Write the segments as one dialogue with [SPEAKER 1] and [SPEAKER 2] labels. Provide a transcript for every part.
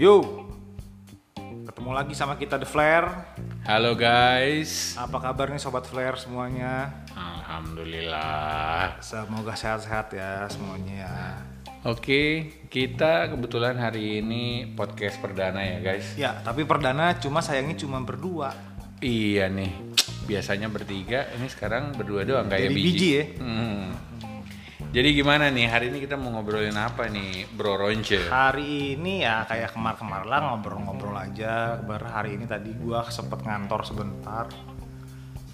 [SPEAKER 1] Yo, ketemu lagi sama kita The Flare.
[SPEAKER 2] Halo guys,
[SPEAKER 1] Apa kabar nih sobat Flare semuanya?
[SPEAKER 2] alhamdulillah.
[SPEAKER 1] Semoga sehat-sehat ya semuanya.
[SPEAKER 2] Oke, kita kebetulan hari ini podcast perdana ya guys.
[SPEAKER 1] Ya, tapi perdana cuma sayangnya cuma berdua.
[SPEAKER 2] Iya nih, biasanya bertiga, ini sekarang berdua doang kayak
[SPEAKER 1] Jadi
[SPEAKER 2] biji.
[SPEAKER 1] biji ya?
[SPEAKER 2] Hmm. Jadi gimana nih hari ini kita mau ngobrolin apa nih, Bro Ronce?
[SPEAKER 1] Hari ini ya kayak kemar-kemar lah ngobrol-ngobrol aja. Kabar hari ini tadi gua sempet ngantor sebentar.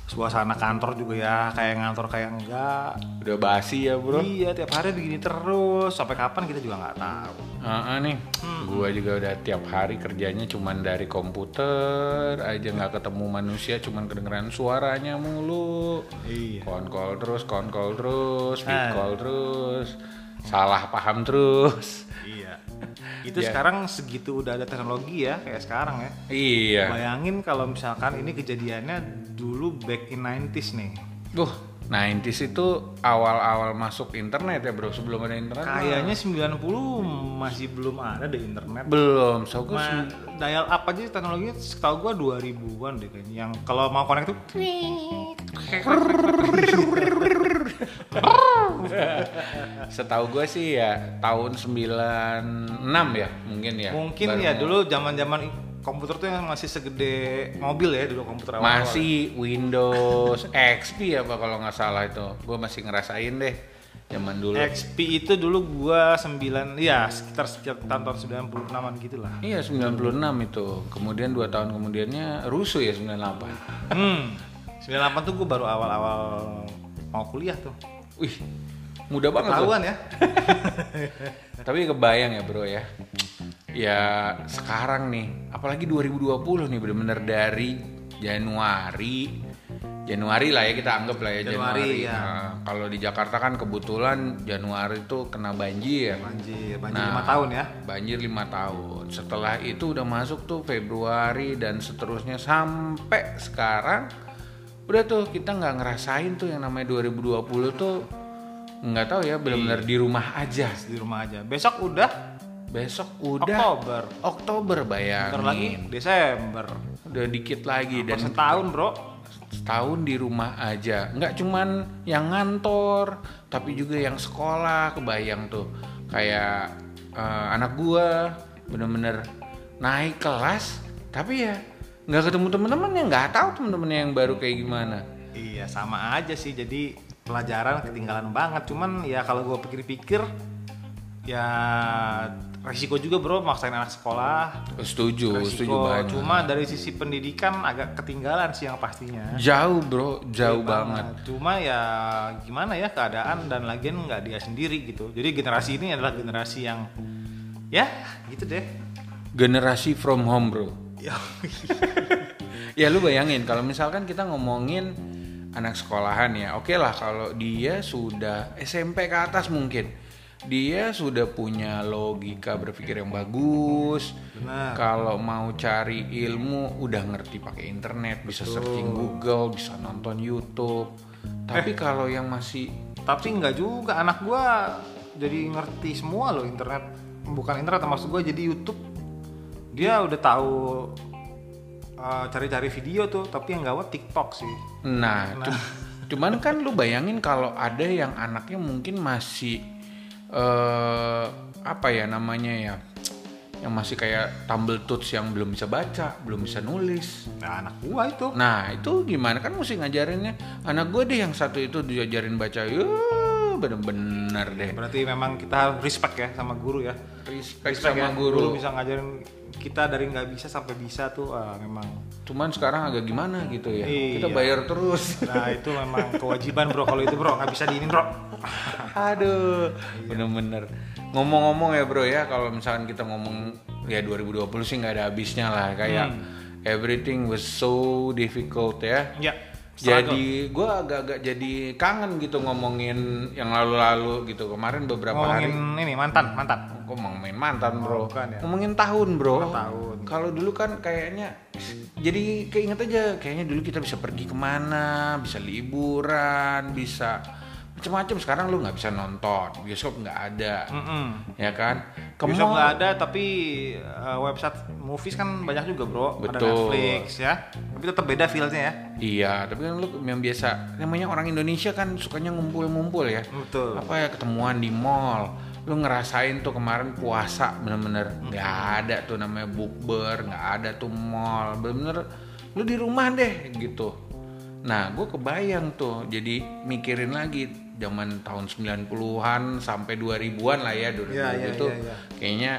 [SPEAKER 1] Suasana kantor juga ya kayak ngantor kayak enggak.
[SPEAKER 2] Udah basi ya Bro?
[SPEAKER 1] Iya, tiap hari begini terus. Sampai kapan kita juga nggak tahu.
[SPEAKER 2] Ah ah nih, gua juga udah tiap hari kerjanya cuman dari komputer aja nggak ketemu manusia, cuman kedengeran suaranya mulu.
[SPEAKER 1] Iya.
[SPEAKER 2] Konkol terus, konkol terus,
[SPEAKER 1] Ah.
[SPEAKER 2] bitcall terus, salah paham terus.
[SPEAKER 1] Iya. Itu sekarang segitu udah ada teknologi ya kayak sekarang ya.
[SPEAKER 2] Iya.
[SPEAKER 1] Bayangin kalau misalkan ini kejadiannya dulu back in 90s nih.
[SPEAKER 2] Duh, 90s itu awal-awal masuk internet ya bro, sebelum ada internet. mah
[SPEAKER 1] Kayaknya 90 masih belum ada di internet.
[SPEAKER 2] belum, so gua
[SPEAKER 1] Ma,
[SPEAKER 2] sem-
[SPEAKER 1] dial up aja teknologinya setahu gua 2000-an deh kayaknya. Yang kalau mau connect tuh
[SPEAKER 2] setahu gue sih ya tahun 96 ya mungkin ya.
[SPEAKER 1] mungkin
[SPEAKER 2] baru
[SPEAKER 1] ya
[SPEAKER 2] mau-
[SPEAKER 1] dulu zaman-zaman komputer tuh yang masih segede mobil ya dulu komputer awal-awal.
[SPEAKER 2] masih Windows XP apa kalau nggak salah itu gue masih ngerasain deh zaman dulu
[SPEAKER 1] XP itu dulu gua 9 ya sekitar sekitar tahun 96-an gitu lah.
[SPEAKER 2] iya 96 itu kemudian dua tahun kemudiannya rusuh ya 98
[SPEAKER 1] Hmm. 98 tuh gue baru awal-awal mau kuliah tuh.
[SPEAKER 2] wih muda banget loh.
[SPEAKER 1] Ketahuan ya.
[SPEAKER 2] tapi kebayang ya bro ya ya sekarang nih apalagi 2020 nih bener-bener dari Januari Januari lah ya kita anggap lah ya
[SPEAKER 1] Januari,
[SPEAKER 2] Januari,
[SPEAKER 1] ya.
[SPEAKER 2] Nah, kalau di Jakarta kan kebetulan Januari itu kena banjir
[SPEAKER 1] Banjir, banjir
[SPEAKER 2] Nah.
[SPEAKER 1] 5 tahun ya.
[SPEAKER 2] banjir lima tahun setelah itu udah masuk tuh Februari dan seterusnya sampai sekarang udah tuh kita nggak ngerasain tuh yang namanya 2020 tuh nggak tahu ya benar-benar
[SPEAKER 1] Iya.
[SPEAKER 2] di rumah aja
[SPEAKER 1] Di rumah aja. Besok udah
[SPEAKER 2] besok udah
[SPEAKER 1] Oktober.
[SPEAKER 2] Oktober
[SPEAKER 1] Bentar
[SPEAKER 2] bayangin
[SPEAKER 1] lagi Desember.
[SPEAKER 2] udah dikit lagi
[SPEAKER 1] Per
[SPEAKER 2] dan
[SPEAKER 1] setahun, Bro.
[SPEAKER 2] setahun di rumah aja nggak cuman yang ngantor tapi juga yang sekolah kebayang tuh kayak eh, anak gua bener-bener naik kelas tapi ya nggak ketemu temen-temennya nggak tahu temen-temennya yang baru kayak gimana
[SPEAKER 1] Iya, sama aja sih. Jadi pelajaran ketinggalan banget. Cuman ya kalau gue pikir-pikir ya resiko juga bro maksain anak sekolah
[SPEAKER 2] Eh, setuju setuju
[SPEAKER 1] resiko
[SPEAKER 2] banget
[SPEAKER 1] cuma dari sisi pendidikan agak ketinggalan sih yang pastinya
[SPEAKER 2] jauh bro jauh banget
[SPEAKER 1] Nah, Cuma ya gimana ya keadaan dan lagian nggak dia sendiri gitu. Jadi generasi ini adalah generasi yang ya gitu deh.
[SPEAKER 2] generasi from home bro
[SPEAKER 1] Ya,
[SPEAKER 2] ya lu bayangin kalau misalkan kita ngomongin anak sekolahan ya oke lah kalau dia sudah SMP ke atas mungkin dia sudah punya logika berpikir yang bagus
[SPEAKER 1] Benar.
[SPEAKER 2] kalau mau cari ilmu udah ngerti pakai internet bisa searching Google bisa nonton YouTube tapi kalau yang masih
[SPEAKER 1] Tapi nggak juga anak gua jadi ngerti semua loh internet. Bukan internet maksud gua jadi YouTube. Dia udah tahu eh, cari-cari video tuh, tapi yang gawat TikTok sih.
[SPEAKER 2] Nah, cu- cuman kan lu bayangin kalau ada yang anaknya mungkin masih eh apa ya namanya ya? Yang masih kayak tumble toots yang belum bisa baca, belum bisa nulis.
[SPEAKER 1] Nah, anak gua itu.
[SPEAKER 2] Nah, itu gimana kan mesti ngajarinnya? Anak gue deh yang satu itu diajarin baca. Yuh, bener-bener deh.
[SPEAKER 1] Berarti memang kita harus respect ya sama guru ya.
[SPEAKER 2] Respect,
[SPEAKER 1] Respect ya,
[SPEAKER 2] sama guru.
[SPEAKER 1] bisa ngajarin kita dari nggak bisa sampai bisa tuh ah, memang
[SPEAKER 2] Cuman sekarang agak gimana gitu ya. Kita
[SPEAKER 1] Iya.
[SPEAKER 2] bayar terus.
[SPEAKER 1] Nah itu memang kewajiban bro kalau itu bro nggak bisa diinin bro.
[SPEAKER 2] Aduh, Iya. bener-bener. Ngomong-ngomong ya bro ya, kalau misalkan kita ngomong ya 2020 sih nggak ada habisnya lah. Kayak
[SPEAKER 1] Hmm.
[SPEAKER 2] everything was so difficult ya.
[SPEAKER 1] Ya. struggle.
[SPEAKER 2] Jadi gue agak-agak jadi kangen gitu ngomongin yang lalu-lalu gitu. Kemarin beberapa hari
[SPEAKER 1] ngomongin ini mantan mantan.
[SPEAKER 2] kok ngomongin mantan bro,
[SPEAKER 1] bukan ya.
[SPEAKER 2] ngomongin tahun bro.
[SPEAKER 1] tahun.
[SPEAKER 2] Kalau dulu kan kayaknya, jadi keinget aja, kayaknya dulu kita bisa pergi kemana, bisa liburan, bisa macam-macam sekarang lu nggak bisa nonton bioskop nggak ada
[SPEAKER 1] Mm-mm.
[SPEAKER 2] ya kan ke
[SPEAKER 1] Bioskop
[SPEAKER 2] mall-
[SPEAKER 1] nggak ada tapi eh, website movies kan banyak juga bro ada
[SPEAKER 2] Betul.
[SPEAKER 1] Netflix ya tapi tetap beda feelnya ya
[SPEAKER 2] Iya, tapi kan lu yang biasa namanya orang Indonesia kan sukanya ngumpul-ngumpul ya.
[SPEAKER 1] betul
[SPEAKER 2] Apa ya ketemuan di mall. Lu ngerasain tuh kemarin puasa bener-bener
[SPEAKER 1] Hmm.
[SPEAKER 2] nggak ada tuh namanya bukber, nggak ada tuh mall. Bener-bener lu di rumah deh gitu. Nah, gue kebayang tuh. Jadi mikirin lagi zaman tahun 90-an sampai 2000-an lah ya dulu
[SPEAKER 1] Iya, iya,
[SPEAKER 2] itu
[SPEAKER 1] iya, iya.
[SPEAKER 2] kayaknya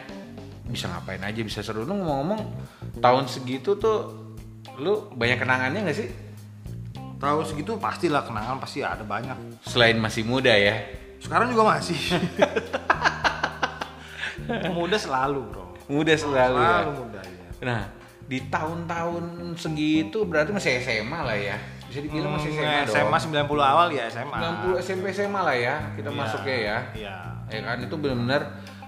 [SPEAKER 2] bisa ngapain aja bisa seru lu ngomong-ngomong tahun segitu tuh lu banyak kenangannya nggak sih
[SPEAKER 1] tahu segitu pastilah kenangan pasti ada banyak
[SPEAKER 2] selain masih muda ya
[SPEAKER 1] sekarang juga masih muda selalu bro
[SPEAKER 2] muda selalu ya
[SPEAKER 1] selalu muda ya
[SPEAKER 2] nah di tahun-tahun segitu berarti masih SMA lah ya bisa dibilang masih
[SPEAKER 1] Hmm,
[SPEAKER 2] SMA,
[SPEAKER 1] SMA 90
[SPEAKER 2] dong
[SPEAKER 1] awal ya SMA
[SPEAKER 2] 90 SMP SMA lah ya kita
[SPEAKER 1] Iya,
[SPEAKER 2] masuknya ya
[SPEAKER 1] iya
[SPEAKER 2] ya kan itu benar-benar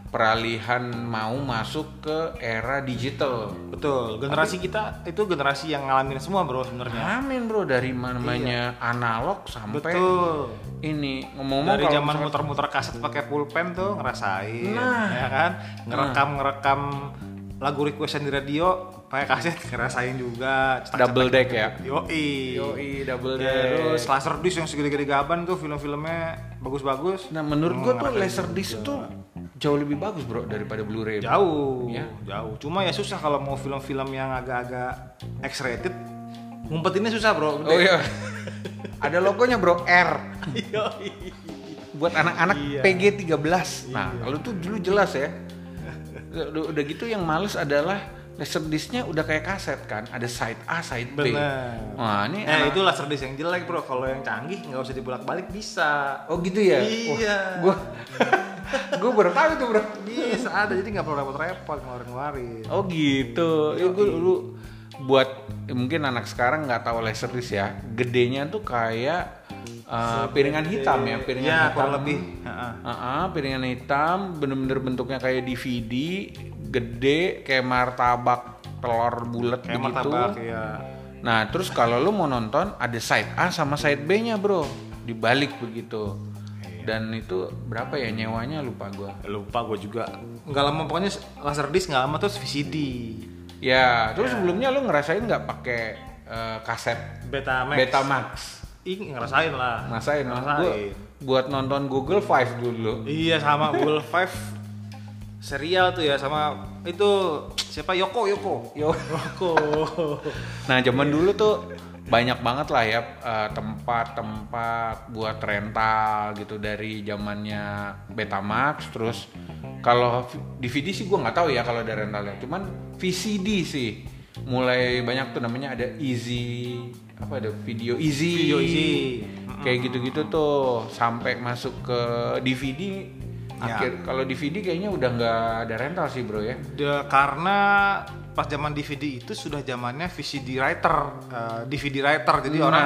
[SPEAKER 2] peralihan mau masuk ke era digital
[SPEAKER 1] betul generasi kita itu generasi yang ngalamin semua bro sebenarnya
[SPEAKER 2] Amin bro dari namanya analog sampai
[SPEAKER 1] Iya. betul
[SPEAKER 2] ini ngomong-ngomong
[SPEAKER 1] dari
[SPEAKER 2] Ah, kalau
[SPEAKER 1] zaman
[SPEAKER 2] misalkan-
[SPEAKER 1] muter-muter kaset pakai pulpen tuh ngerasain
[SPEAKER 2] Nah.
[SPEAKER 1] ya kan ngerekam ngerekam lagu requestan di radio pakai kaset ngerasain juga Cetak-cetak
[SPEAKER 2] double deck ya
[SPEAKER 1] gitu. yoi
[SPEAKER 2] yoi double
[SPEAKER 1] Iya. terus laser disc yang segede-gede gaban tuh film-filmnya bagus-bagus Hmm,
[SPEAKER 2] nah menurut gua tuh
[SPEAKER 1] Ngerasain
[SPEAKER 2] laserdisc tuh jauh lebih bagus bro daripada blu-ray
[SPEAKER 1] jauh
[SPEAKER 2] Ya.
[SPEAKER 1] jauh cuma ya susah kalau mau film-film yang agak-agak X-rated ngumpetinnya susah bro
[SPEAKER 2] oh iya ada logonya bro R
[SPEAKER 1] Yoi.
[SPEAKER 2] buat anak-anak
[SPEAKER 1] Iya.
[SPEAKER 2] PG 13 nah kalau tuh dulu jelas ya udah udah gitu yang males adalah laserdiscnya udah kayak kaset kan ada side A side B
[SPEAKER 1] Bener.
[SPEAKER 2] wah
[SPEAKER 1] Eh
[SPEAKER 2] ini anak-
[SPEAKER 1] itu laser disc yang jelek bro. Kalau yang canggih nggak usah dibulak-balik bisa.
[SPEAKER 2] oh gitu ya
[SPEAKER 1] Iya.
[SPEAKER 2] gue gue baru tahu itu bro
[SPEAKER 1] Bisa ada jadi nggak perlu repot-repot ngeluarin-ngeluarin.
[SPEAKER 2] Oh gitu. Ya gue dulu buat ya mungkin anak sekarang nggak tahu laserdisc ya. Gedenya tuh kayak uh, piringan hitam ya, piringan
[SPEAKER 1] Iya,
[SPEAKER 2] hitam.
[SPEAKER 1] kurang lebih. Heeh.
[SPEAKER 2] Ah, ah, piringan hitam bener-bener bentuknya kayak DVD, gede kayak martabak telur bulat
[SPEAKER 1] Kayak
[SPEAKER 2] begitu.
[SPEAKER 1] martabak ya.
[SPEAKER 2] Nah, terus kalau lu mau nonton ada side A sama side B-nya, Bro. Dibalik begitu.
[SPEAKER 1] Iya.
[SPEAKER 2] Dan itu berapa ya nyewanya lupa gua.
[SPEAKER 1] Lupa gue juga. Nggak lama pokoknya laser disc nggak lama terus VCD.
[SPEAKER 2] Ya, terus sebelumnya lu ngerasain nggak pakai eh, kaset
[SPEAKER 1] Betamax.
[SPEAKER 2] Betamax.
[SPEAKER 1] Ih, ngerasain lah.
[SPEAKER 2] Ngerasain. Gua
[SPEAKER 1] Ngerasain.
[SPEAKER 2] buat nonton Google Five dulu.
[SPEAKER 1] Iya sama Google Five serial tuh ya sama itu siapa Yoko Yoko.
[SPEAKER 2] Yo.
[SPEAKER 1] Yoko.
[SPEAKER 2] Nah,
[SPEAKER 1] Iya.
[SPEAKER 2] zaman dulu tuh banyak banget lah ya eh, tempat-tempat buat rental gitu dari zamannya Betamax terus kalau v- DVD sih gua nggak tahu ya kalau ada rentalnya. Cuman VCD sih mulai banyak tuh namanya ada Easy apa ada video Easy.
[SPEAKER 1] Video Easy.
[SPEAKER 2] Kayak gitu-gitu tuh sampai masuk ke DVD
[SPEAKER 1] Ya.
[SPEAKER 2] akhir kalau DVD kayaknya udah nggak ada rental sih bro ya.
[SPEAKER 1] Da- karena pas zaman DVD itu sudah zamannya VCD writer, eh, DVD writer. Jadi
[SPEAKER 2] Nah.
[SPEAKER 1] orang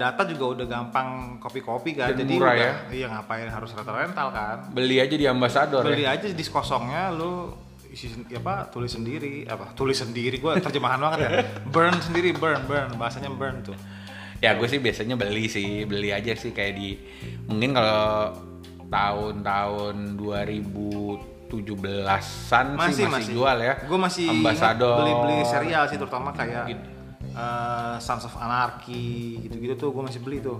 [SPEAKER 1] data juga udah gampang copy-copy kan.
[SPEAKER 2] Dan
[SPEAKER 1] Jadi
[SPEAKER 2] murah
[SPEAKER 1] udah,
[SPEAKER 2] ya.
[SPEAKER 1] iya ngapain harus rental-rental kan.
[SPEAKER 2] Beli aja di ambasador ya.
[SPEAKER 1] Beli aja disk kosongnya lu isi sen- ya apa tulis sendiri apa tulis sendiri gua terjemahan banget ya burn sendiri burn burn bahasanya burn tuh
[SPEAKER 2] ya gue sih biasanya beli sih beli aja sih kayak di mungkin kalau tahun-tahun 2017-an sih masih, jual ya
[SPEAKER 1] gue masih
[SPEAKER 2] Ambassador.
[SPEAKER 1] beli beli serial sih terutama kayak
[SPEAKER 2] Gitu.
[SPEAKER 1] eh, Sons of Anarchy gitu-gitu tuh gue masih beli tuh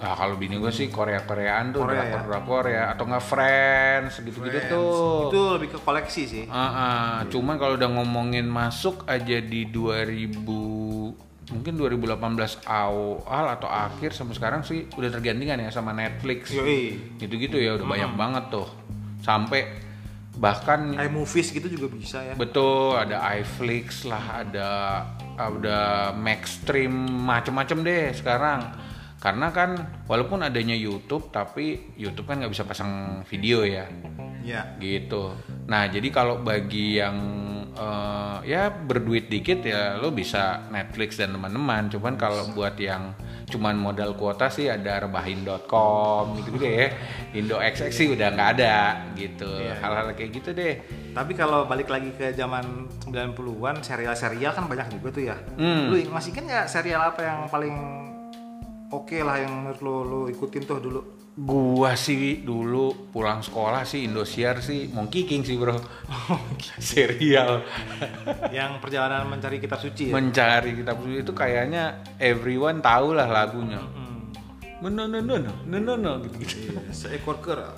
[SPEAKER 2] Nah, kalau bini gue sih Korea-Koreaan tuh
[SPEAKER 1] Korea ya?
[SPEAKER 2] drakor-drakor ya atau nggak Friends gitu-gitu tuh
[SPEAKER 1] itu lebih ke koleksi sih
[SPEAKER 2] Ah, ah. cuman kalau udah ngomongin masuk aja di 2000 mungkin 2018 awal atau akhir sampai sekarang sih udah tergantikan ya sama Netflix.
[SPEAKER 1] Yoi.
[SPEAKER 2] Gitu-gitu ya udah banyak banget tuh. Sampai bahkan
[SPEAKER 1] Kayak movies gitu juga bisa ya.
[SPEAKER 2] betul ada iFlix lah, ada ada Maxstream macem-macem deh sekarang. Karena kan walaupun adanya YouTube tapi YouTube kan nggak bisa pasang video ya
[SPEAKER 1] Iya.
[SPEAKER 2] gitu. Nah, jadi kalau bagi yang eh, ya berduit dikit ya lo bisa Netflix dan teman-teman. Cuman kalau buat yang cuman modal kuota sih ada rebahin.com gitu deh. Indo XX sih udah nggak ada gitu. Hal-hal kayak gitu deh.
[SPEAKER 1] Tapi kalau balik lagi ke zaman 90-an, serial-serial kan banyak juga tuh ya.
[SPEAKER 2] Hmm.
[SPEAKER 1] Lu ing- masih kan nggak serial apa yang paling oke lah yang menurut lo lo ikutin tuh dulu
[SPEAKER 2] Gua sih dulu pulang sekolah sih Indosiar sih Monkey King sih bro. Serial
[SPEAKER 1] yang perjalanan mencari kitab suci ya?
[SPEAKER 2] mencari kitab suci itu kayaknya everyone tahu lah lagunya.
[SPEAKER 1] Hmm.
[SPEAKER 2] No no no no no no, no gitu, gitu.
[SPEAKER 1] Iya, seekor kera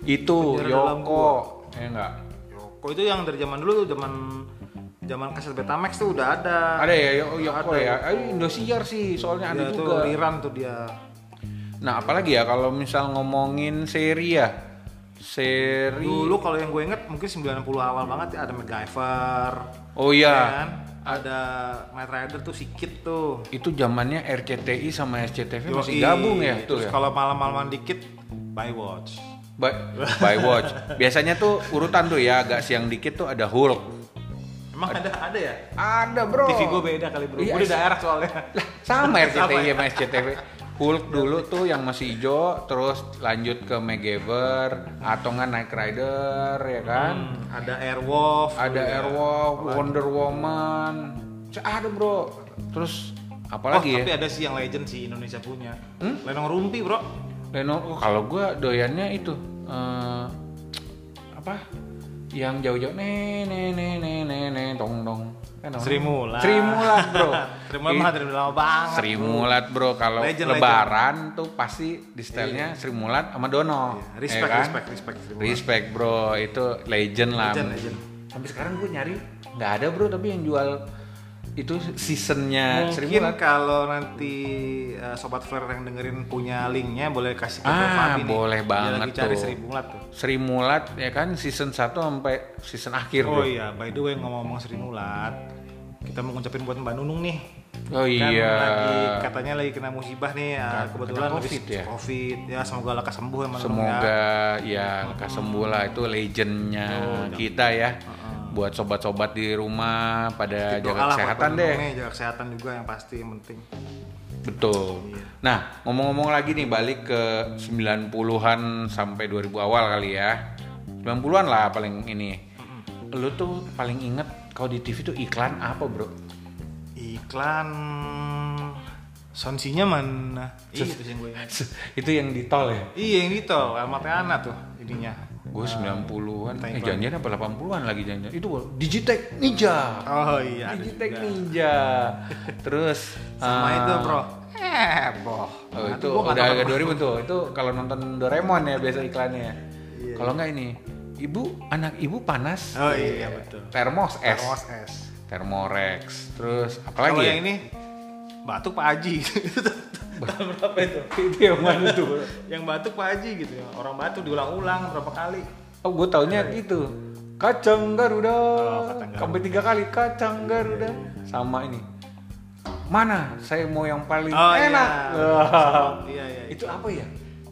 [SPEAKER 2] Itu
[SPEAKER 1] Penjara dalam
[SPEAKER 2] Yoko ya enggak.
[SPEAKER 1] Yoko itu yang dari zaman dulu tuh zaman zaman kaset Betamax tuh udah ada
[SPEAKER 2] Ada ya Yo- Yoko
[SPEAKER 1] Ada, Iya,
[SPEAKER 2] ya. Eh, Indosiar sih soalnya ada
[SPEAKER 1] Dia tuh
[SPEAKER 2] juga.
[SPEAKER 1] rerun tuh dia
[SPEAKER 2] Nah, apalagi ya kalau misal ngomongin seri ya. Seri
[SPEAKER 1] dulu kalau yang gue inget mungkin 90 awal banget ya ada MacGyver
[SPEAKER 2] Oh iya.
[SPEAKER 1] kan? ada Knight Rider tuh sikit tuh
[SPEAKER 2] Itu zamannya RCTI sama SCTV
[SPEAKER 1] Yoi.
[SPEAKER 2] masih gabung ya tuh
[SPEAKER 1] terus
[SPEAKER 2] ya.
[SPEAKER 1] kalau malam-malaman dikit by watch
[SPEAKER 2] By, by watch. Biasanya tuh urutan tuh ya agak siang dikit tuh ada Hulk.
[SPEAKER 1] emang ada ada ya
[SPEAKER 2] Ada, Bro.
[SPEAKER 1] TV gue beda kali bro
[SPEAKER 2] Iya,
[SPEAKER 1] gue di daerah soalnya
[SPEAKER 2] Lah, sama
[SPEAKER 1] Sama
[SPEAKER 2] RCTI
[SPEAKER 1] ya?
[SPEAKER 2] sama SCTV. Hulk dulu tuh yang masih hijau, terus lanjut ke MacGyver, atau nggak Knight Rider, ya kan?
[SPEAKER 1] Hmm, Oh, iya. ada Airwolf
[SPEAKER 2] Ada
[SPEAKER 1] juga.
[SPEAKER 2] Airwolf, Wonder Woman, C- ada bro. Terus
[SPEAKER 1] oh,
[SPEAKER 2] apalagi ya? Hmm?
[SPEAKER 1] tapi ada sih yang legend sih Indonesia punya Lenong Rumpi bro
[SPEAKER 2] Leno, oh, kalau gua doyannya itu eh, apa? Yang jauh-jauh nih nih nih nih nih nih tong tong. Kan tau?
[SPEAKER 1] Sri Mulat
[SPEAKER 2] Sri Mulat, bro.
[SPEAKER 1] Sri Mulat mah dari lama banget
[SPEAKER 2] Sri
[SPEAKER 1] bro.
[SPEAKER 2] Mulat bro kalau
[SPEAKER 1] Legend,
[SPEAKER 2] lebaran tuh pasti di stylenya Sri Mulat sama Dono.
[SPEAKER 1] Iya,
[SPEAKER 2] ya
[SPEAKER 1] respect,
[SPEAKER 2] kan?
[SPEAKER 1] respect respect Sri Mulat.
[SPEAKER 2] Respect, bro itu legend lah.
[SPEAKER 1] Legend, legend.
[SPEAKER 2] Sampai sekarang gue nyari nggak ada bro tapi yang jual itu seasonnya Sri
[SPEAKER 1] Mungkin
[SPEAKER 2] Mulat.
[SPEAKER 1] kalau nanti eh, sobat Flare yang dengerin punya linknya boleh kasih ke
[SPEAKER 2] Ah,
[SPEAKER 1] Bro Fabi nih.
[SPEAKER 2] boleh banget
[SPEAKER 1] Dia lagi cari
[SPEAKER 2] tuh.
[SPEAKER 1] Sri Mulat tuh.
[SPEAKER 2] Sri Mulat ya kan season 1 sampai season akhir
[SPEAKER 1] Oh
[SPEAKER 2] bro.
[SPEAKER 1] iya, by the way ngomong-ngomong Sri Mulat, kita mau ngucapin buat Mbak Nunung nih.
[SPEAKER 2] Oh
[SPEAKER 1] Kan
[SPEAKER 2] iya.
[SPEAKER 1] lagi katanya lagi kena musibah nih, ya, kebetulan
[SPEAKER 2] kena
[SPEAKER 1] habis
[SPEAKER 2] COVID ya?
[SPEAKER 1] COVID. Ya semoga lekas sembuh ya Mbak Nunung ya.
[SPEAKER 2] Semoga ya lekas sembuh lah itu legendnya
[SPEAKER 1] Oh,
[SPEAKER 2] kita ya. Buat sobat-sobat di rumah pada
[SPEAKER 1] Doa
[SPEAKER 2] jaga
[SPEAKER 1] lah buat
[SPEAKER 2] kesehatan
[SPEAKER 1] Mbak
[SPEAKER 2] deh.
[SPEAKER 1] Nunung nih, jaga kesehatan juga yang pasti yang penting.
[SPEAKER 2] Betul. Nah, ngomong-ngomong lagi nih balik ke 90-an sampai 2000 awal kali ya. 90-an lah paling ini. Lu tuh paling inget kalau di TV tuh iklan apa, Bro?
[SPEAKER 1] Iklan Sonsinya mana? Iya itu sih yang gue. ingat.
[SPEAKER 2] itu yang di tol ya?
[SPEAKER 1] Iya yang itu, Almateana tuh ininya.
[SPEAKER 2] Gue 90-an,
[SPEAKER 1] entah
[SPEAKER 2] eh
[SPEAKER 1] Ah, iklan.
[SPEAKER 2] janjian apa 80-an lagi janjian. Itu Digitech Ninja.
[SPEAKER 1] Oh iya. ada
[SPEAKER 2] Digitech
[SPEAKER 1] juga.
[SPEAKER 2] Ninja. Terus
[SPEAKER 1] Sama
[SPEAKER 2] eh,
[SPEAKER 1] itu bro. Heboh.
[SPEAKER 2] Oh,
[SPEAKER 1] Nah,
[SPEAKER 2] itu
[SPEAKER 1] gua nggak
[SPEAKER 2] udah
[SPEAKER 1] tahu
[SPEAKER 2] agak
[SPEAKER 1] kenapa.
[SPEAKER 2] 2000 tuh. Itu kalau nonton Doraemon ya biasa iklannya.
[SPEAKER 1] Iya.
[SPEAKER 2] Kalau nggak ini, ibu anak ibu panas.
[SPEAKER 1] Oh iya betul.
[SPEAKER 2] Termos es,
[SPEAKER 1] Termos es.
[SPEAKER 2] Thermorex. Terus apa lagi?
[SPEAKER 1] Kalau
[SPEAKER 2] ya?
[SPEAKER 1] yang ini batuk Pak Haji. Tahun berapa itu?
[SPEAKER 2] itu yang mana tuh? Bro?
[SPEAKER 1] Yang batuk Pak Haji gitu ya. Orang batuk diulang-ulang berapa kali.
[SPEAKER 2] Oh, gue taunya itu. Kacang Garuda.
[SPEAKER 1] Oh, kacang Garuda. Iya,
[SPEAKER 2] Sampai tiga kali kacang Garuda. Sama ini. Mana? Saya mau yang paling
[SPEAKER 1] Oh, iya.
[SPEAKER 2] enak.
[SPEAKER 1] Iya iya. iya.
[SPEAKER 2] itu apa ya?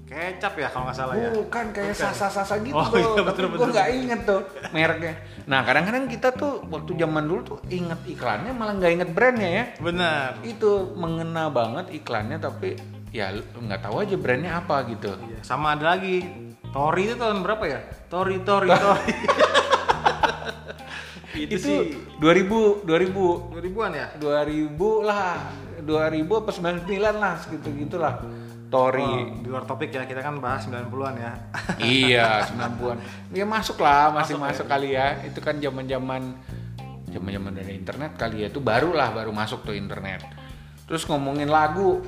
[SPEAKER 1] Kecap ya kalau nggak salah ya.
[SPEAKER 2] Bukan kayak sasa-sasa gitu
[SPEAKER 1] Oh,
[SPEAKER 2] bro.
[SPEAKER 1] iya,
[SPEAKER 2] Tapi
[SPEAKER 1] betul,
[SPEAKER 2] gue
[SPEAKER 1] betul.
[SPEAKER 2] nggak inget tuh mereknya. Nah kadang-kadang kita tuh waktu zaman dulu tuh inget iklannya malah nggak inget brandnya ya.
[SPEAKER 1] Benar.
[SPEAKER 2] Itu mengena banget iklannya tapi ya lu nggak tahu aja brandnya apa gitu.
[SPEAKER 1] Iya. Sama ada lagi. Tori itu tahun berapa ya? Tori Tori Tori. itu, sih
[SPEAKER 2] 2000 2000
[SPEAKER 1] 2000-an ya?
[SPEAKER 2] 2000 lah 2000 apa 99 lah segitu gitulah Tori
[SPEAKER 1] Oh, di luar topik ya, kita kan bahas 90-an ya.
[SPEAKER 2] iya 90-an ya masuk lah masih masuk, kali ya itu kan zaman zaman zaman zaman dari internet kali ya itu baru lah baru masuk tuh internet terus ngomongin lagu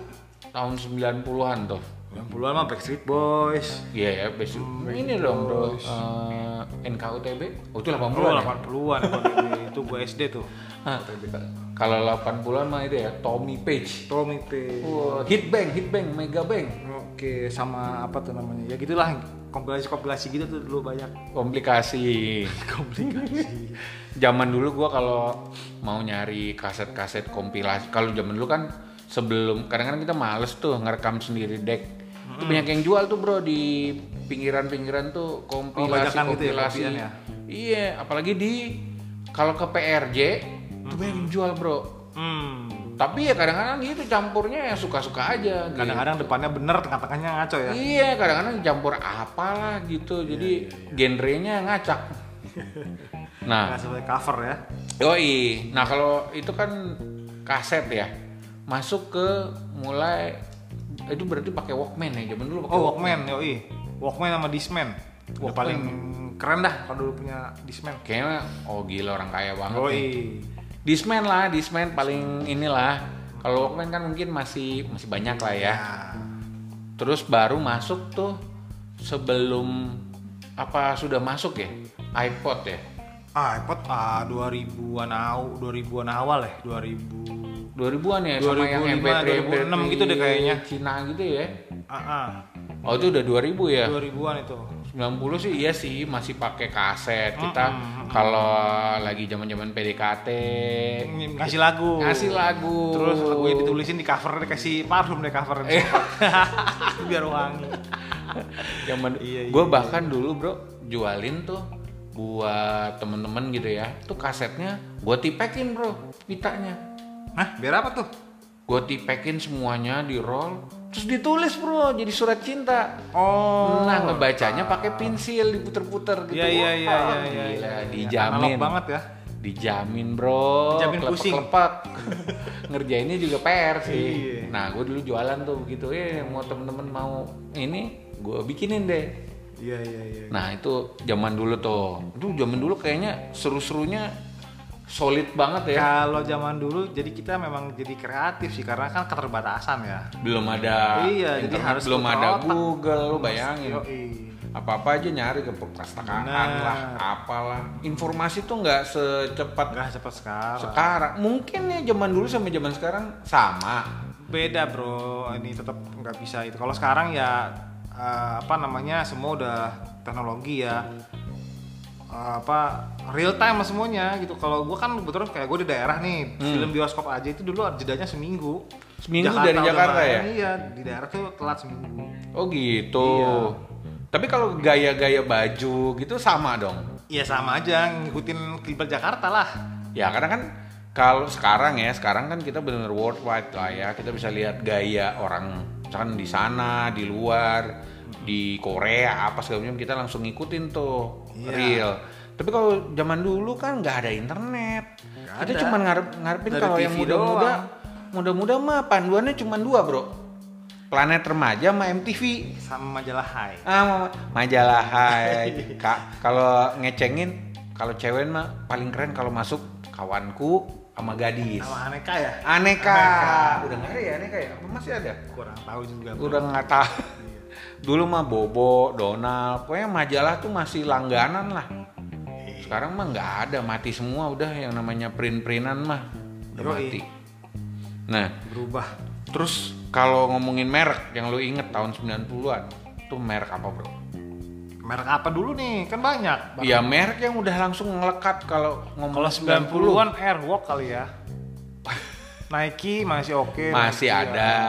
[SPEAKER 2] tahun 90-an tuh
[SPEAKER 1] 90-an mah Backstreet Boys.
[SPEAKER 2] iya ya basic ini dong bro eh, NKUTB oh itu 80-an ya?
[SPEAKER 1] 80-an ya? itu gue SD tuh.
[SPEAKER 2] Hah. kalau 80-an mah itu ya Tommy Page
[SPEAKER 1] Tommy P.
[SPEAKER 2] Wah, hit bang hit bang mega bang
[SPEAKER 1] Oke, sama apa tuh namanya? Ya gitulah kompilasi-kompilasi gitu tuh dulu banyak.
[SPEAKER 2] komplikasi
[SPEAKER 1] Komplikasi.
[SPEAKER 2] zaman dulu gua kalau mau nyari kaset-kaset kompilasi kalau zaman dulu kan sebelum kadang-kadang kita males tuh ngerekam sendiri deck itu
[SPEAKER 1] Hmm.
[SPEAKER 2] banyak yang jual tuh bro di pinggiran-pinggiran tuh kompilasi
[SPEAKER 1] bajakan gitu ya,
[SPEAKER 2] kompilasi
[SPEAKER 1] kopian ya?
[SPEAKER 2] iya apalagi di kalau ke PRJ itu banyak yang jual bro
[SPEAKER 1] hmm.
[SPEAKER 2] tapi ya kadang-kadang gitu campurnya ya suka-suka aja gitu.
[SPEAKER 1] Kadang-kadang depannya bener, tengah-tengahnya ngaco ya. Iya,
[SPEAKER 2] Iya, kadang-kadang campur apalah gitu. Jadi genrenya ngacak. nah,
[SPEAKER 1] Nggak sesuai cover ya.
[SPEAKER 2] yoi. Nah, kalau itu kan kaset ya. Masuk ke mulai itu berarti pakai Walkman ya zaman dulu pakai
[SPEAKER 1] Oh Walkman, yoi. Walkman sama Discman. Wah
[SPEAKER 2] Walkman.
[SPEAKER 1] paling keren dah kalau dulu punya Discman.
[SPEAKER 2] kayaknya oh gila orang kaya banget nih.
[SPEAKER 1] Yoi.
[SPEAKER 2] Disman lah, Disman paling inilah. Kalau Walkman kan mungkin masih masih banyak lah ya.
[SPEAKER 1] Nah,
[SPEAKER 2] Terus baru masuk tuh sebelum apa sudah masuk ya iPod ya
[SPEAKER 1] ah, iPod ah 2000-an awal, 2000-an awal ya, 2000
[SPEAKER 2] 2000-an ya sama
[SPEAKER 1] 2005,
[SPEAKER 2] yang MP3
[SPEAKER 1] 2006 gitu deh kayaknya.
[SPEAKER 2] Cina gitu ya
[SPEAKER 1] ah, ah,
[SPEAKER 2] oh itu udah 2000 ya
[SPEAKER 1] 2000-an itu.
[SPEAKER 2] 90 sih iya sih masih pakai kaset kita
[SPEAKER 1] Mm-mm.
[SPEAKER 2] kalau lagi zaman zaman PDKT
[SPEAKER 1] Eh, Ngasih lagu.
[SPEAKER 2] ngasih lagu
[SPEAKER 1] Mm. Terus lagunya ditulisin di cover dikasih parfum deh cover Eh. biar wangi.
[SPEAKER 2] zaman
[SPEAKER 1] Iya, iya,
[SPEAKER 2] gue bahkan dulu bro jualin tuh buat temen-temen gitu ya tuh kasetnya gue tipekin bro pitanya
[SPEAKER 1] Hah, biar apa tuh?
[SPEAKER 2] gue tipekin semuanya di roll terus ditulis bro jadi surat cinta
[SPEAKER 1] Oh.
[SPEAKER 2] nah ngebacanya pakai pensil diputer-puter gitu
[SPEAKER 1] Iya iya iya
[SPEAKER 2] Wah,
[SPEAKER 1] iya, iya.
[SPEAKER 2] gila,
[SPEAKER 1] iya.
[SPEAKER 2] dijamin
[SPEAKER 1] Analog banget ya.
[SPEAKER 2] dijamin bro
[SPEAKER 1] Dijamin pusing.
[SPEAKER 2] kelepek ngerjainnya juga PR sih
[SPEAKER 1] Iya.
[SPEAKER 2] nah gue dulu jualan tuh begitu eh mau temen-temen mau ini gue bikinin deh
[SPEAKER 1] Iya iya iya.
[SPEAKER 2] Nah itu zaman dulu tuh. Itu zaman dulu kayaknya seru-serunya solid banget ya.
[SPEAKER 1] Nah, Kalau zaman dulu, jadi kita memang jadi kreatif sih karena kan keterbatasan ya.
[SPEAKER 2] Belum ada
[SPEAKER 1] Iya, jadi
[SPEAKER 2] internet,
[SPEAKER 1] harus
[SPEAKER 2] belum
[SPEAKER 1] putar
[SPEAKER 2] ada
[SPEAKER 1] otak.
[SPEAKER 2] Google, lu bayangin.
[SPEAKER 1] Yoi.
[SPEAKER 2] Apa-apa aja nyari ke perpustakaan
[SPEAKER 1] Benar.
[SPEAKER 2] lah, apalah. Informasi tuh nggak secepat
[SPEAKER 1] Nggak cepat sekarang.
[SPEAKER 2] sekarang. Mungkin ya zaman dulu sama zaman sekarang sama.
[SPEAKER 1] Beda bro, ini tetap nggak bisa itu. Kalau sekarang ya eh, apa namanya semua udah teknologi ya Eh, apa real time lah semuanya gitu. Kalau gua kan kebetulan kayak gue di daerah nih, film bioskop aja itu dulu jedanya seminggu.
[SPEAKER 2] Hmm. Seminggu dari Jakarta
[SPEAKER 1] udah
[SPEAKER 2] ya?
[SPEAKER 1] main, Iya, di daerah tuh telat seminggu.
[SPEAKER 2] Oh gitu.
[SPEAKER 1] Iya.
[SPEAKER 2] Tapi kalau gaya-gaya baju gitu sama dong.
[SPEAKER 1] Iya sama aja ngikutin kiblat Jakarta lah.
[SPEAKER 2] Ya karena kan kalau sekarang ya, sekarang kan kita benar-benar worldwide lah ya. Kita bisa lihat gaya orang misalkan di sana, di luar, di Korea apa segala macam kita langsung ngikutin tuh
[SPEAKER 1] Iya.
[SPEAKER 2] real. Tapi kalau zaman dulu kan nggak ada internet.
[SPEAKER 1] Nggak
[SPEAKER 2] kita
[SPEAKER 1] ada.
[SPEAKER 2] cuma ngarep ngarepin
[SPEAKER 1] Dari
[SPEAKER 2] kalau
[SPEAKER 1] TV
[SPEAKER 2] yang muda-muda,
[SPEAKER 1] doang.
[SPEAKER 2] muda-muda mah panduannya cuma dua bro. Planet Remaja sama MTV.
[SPEAKER 1] sama majalah Hai.
[SPEAKER 2] Ah, ma- majalah Hai. Kak, kalau ngecengin, kalau cewek mah paling keren kalau masuk kawanku sama gadis.
[SPEAKER 1] Sama Aneka ya?
[SPEAKER 2] Aneka.
[SPEAKER 1] Aneka.
[SPEAKER 2] Udah nggak ada ya aneka ya? Apa masih ada?
[SPEAKER 1] Kurang tahu juga. Bro.
[SPEAKER 2] Udah nggak tahu. Dulu mah Bobo, Donald, pokoknya majalah tuh masih langganan lah. Sekarang mah nggak ada, mati semua udah yang namanya print-printan mah udah
[SPEAKER 1] Yoi.
[SPEAKER 2] mati. Nah,
[SPEAKER 1] Berubah.
[SPEAKER 2] terus kalau ngomongin merek yang lu inget tahun 90-an, tuh merek apa, Bro?
[SPEAKER 1] Merek apa dulu nih? Kan banyak.
[SPEAKER 2] Ya merek yang udah langsung ngelekat kalau ngomong
[SPEAKER 1] Kalau 90-an Airwalk kali ya. Nike masih oke.
[SPEAKER 2] masih
[SPEAKER 1] Nike
[SPEAKER 2] ada.
[SPEAKER 1] Ya.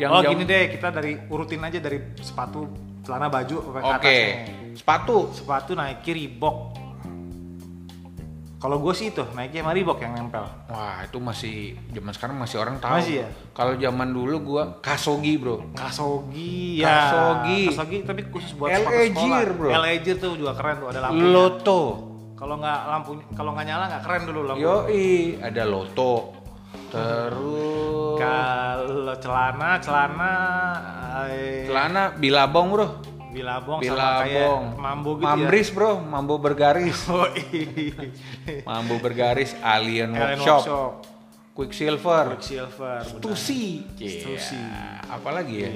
[SPEAKER 2] Yang
[SPEAKER 1] iya. oh
[SPEAKER 2] jam-
[SPEAKER 1] gini deh, kita dari urutin aja dari sepatu, celana, baju sampai
[SPEAKER 2] Oke.
[SPEAKER 1] ke atasnya.
[SPEAKER 2] Sepatu.
[SPEAKER 1] Sepatu Nike Reebok. Kalau gue sih itu Nike sama Reebok yang nempel.
[SPEAKER 2] Wah, itu masih zaman sekarang masih orang tahu.
[SPEAKER 1] Masih ya?
[SPEAKER 2] Kalau zaman dulu gua Kasogi, Bro.
[SPEAKER 1] Kasogi
[SPEAKER 2] Kasogi.
[SPEAKER 1] Kasogi ya. tapi khusus buat
[SPEAKER 2] LA
[SPEAKER 1] sepatu sekolah.
[SPEAKER 2] Gear, bro.
[SPEAKER 1] LA Gear tuh juga keren tuh ada lampunya.
[SPEAKER 2] Loto.
[SPEAKER 1] Kalau nggak lampu, kalau nggak nyala nggak keren dulu lampu.
[SPEAKER 2] Yoi, ada Loto. Terus
[SPEAKER 1] Kalau celana, celana, eh,
[SPEAKER 2] celana Bilabong, Bro.
[SPEAKER 1] bilabong, sama kayak
[SPEAKER 2] Bilabong.
[SPEAKER 1] mambo gitu
[SPEAKER 2] Mambris, Bro. Mambo bergaris.
[SPEAKER 1] ya. Oh, iya.
[SPEAKER 2] Mambo bergaris Alien
[SPEAKER 1] Alien
[SPEAKER 2] Workshop.
[SPEAKER 1] Workshop,
[SPEAKER 2] Quicksilver.
[SPEAKER 1] Quick Silver, benar.
[SPEAKER 2] Tusi.
[SPEAKER 1] Tusi.
[SPEAKER 2] Iya. Apalagi ya?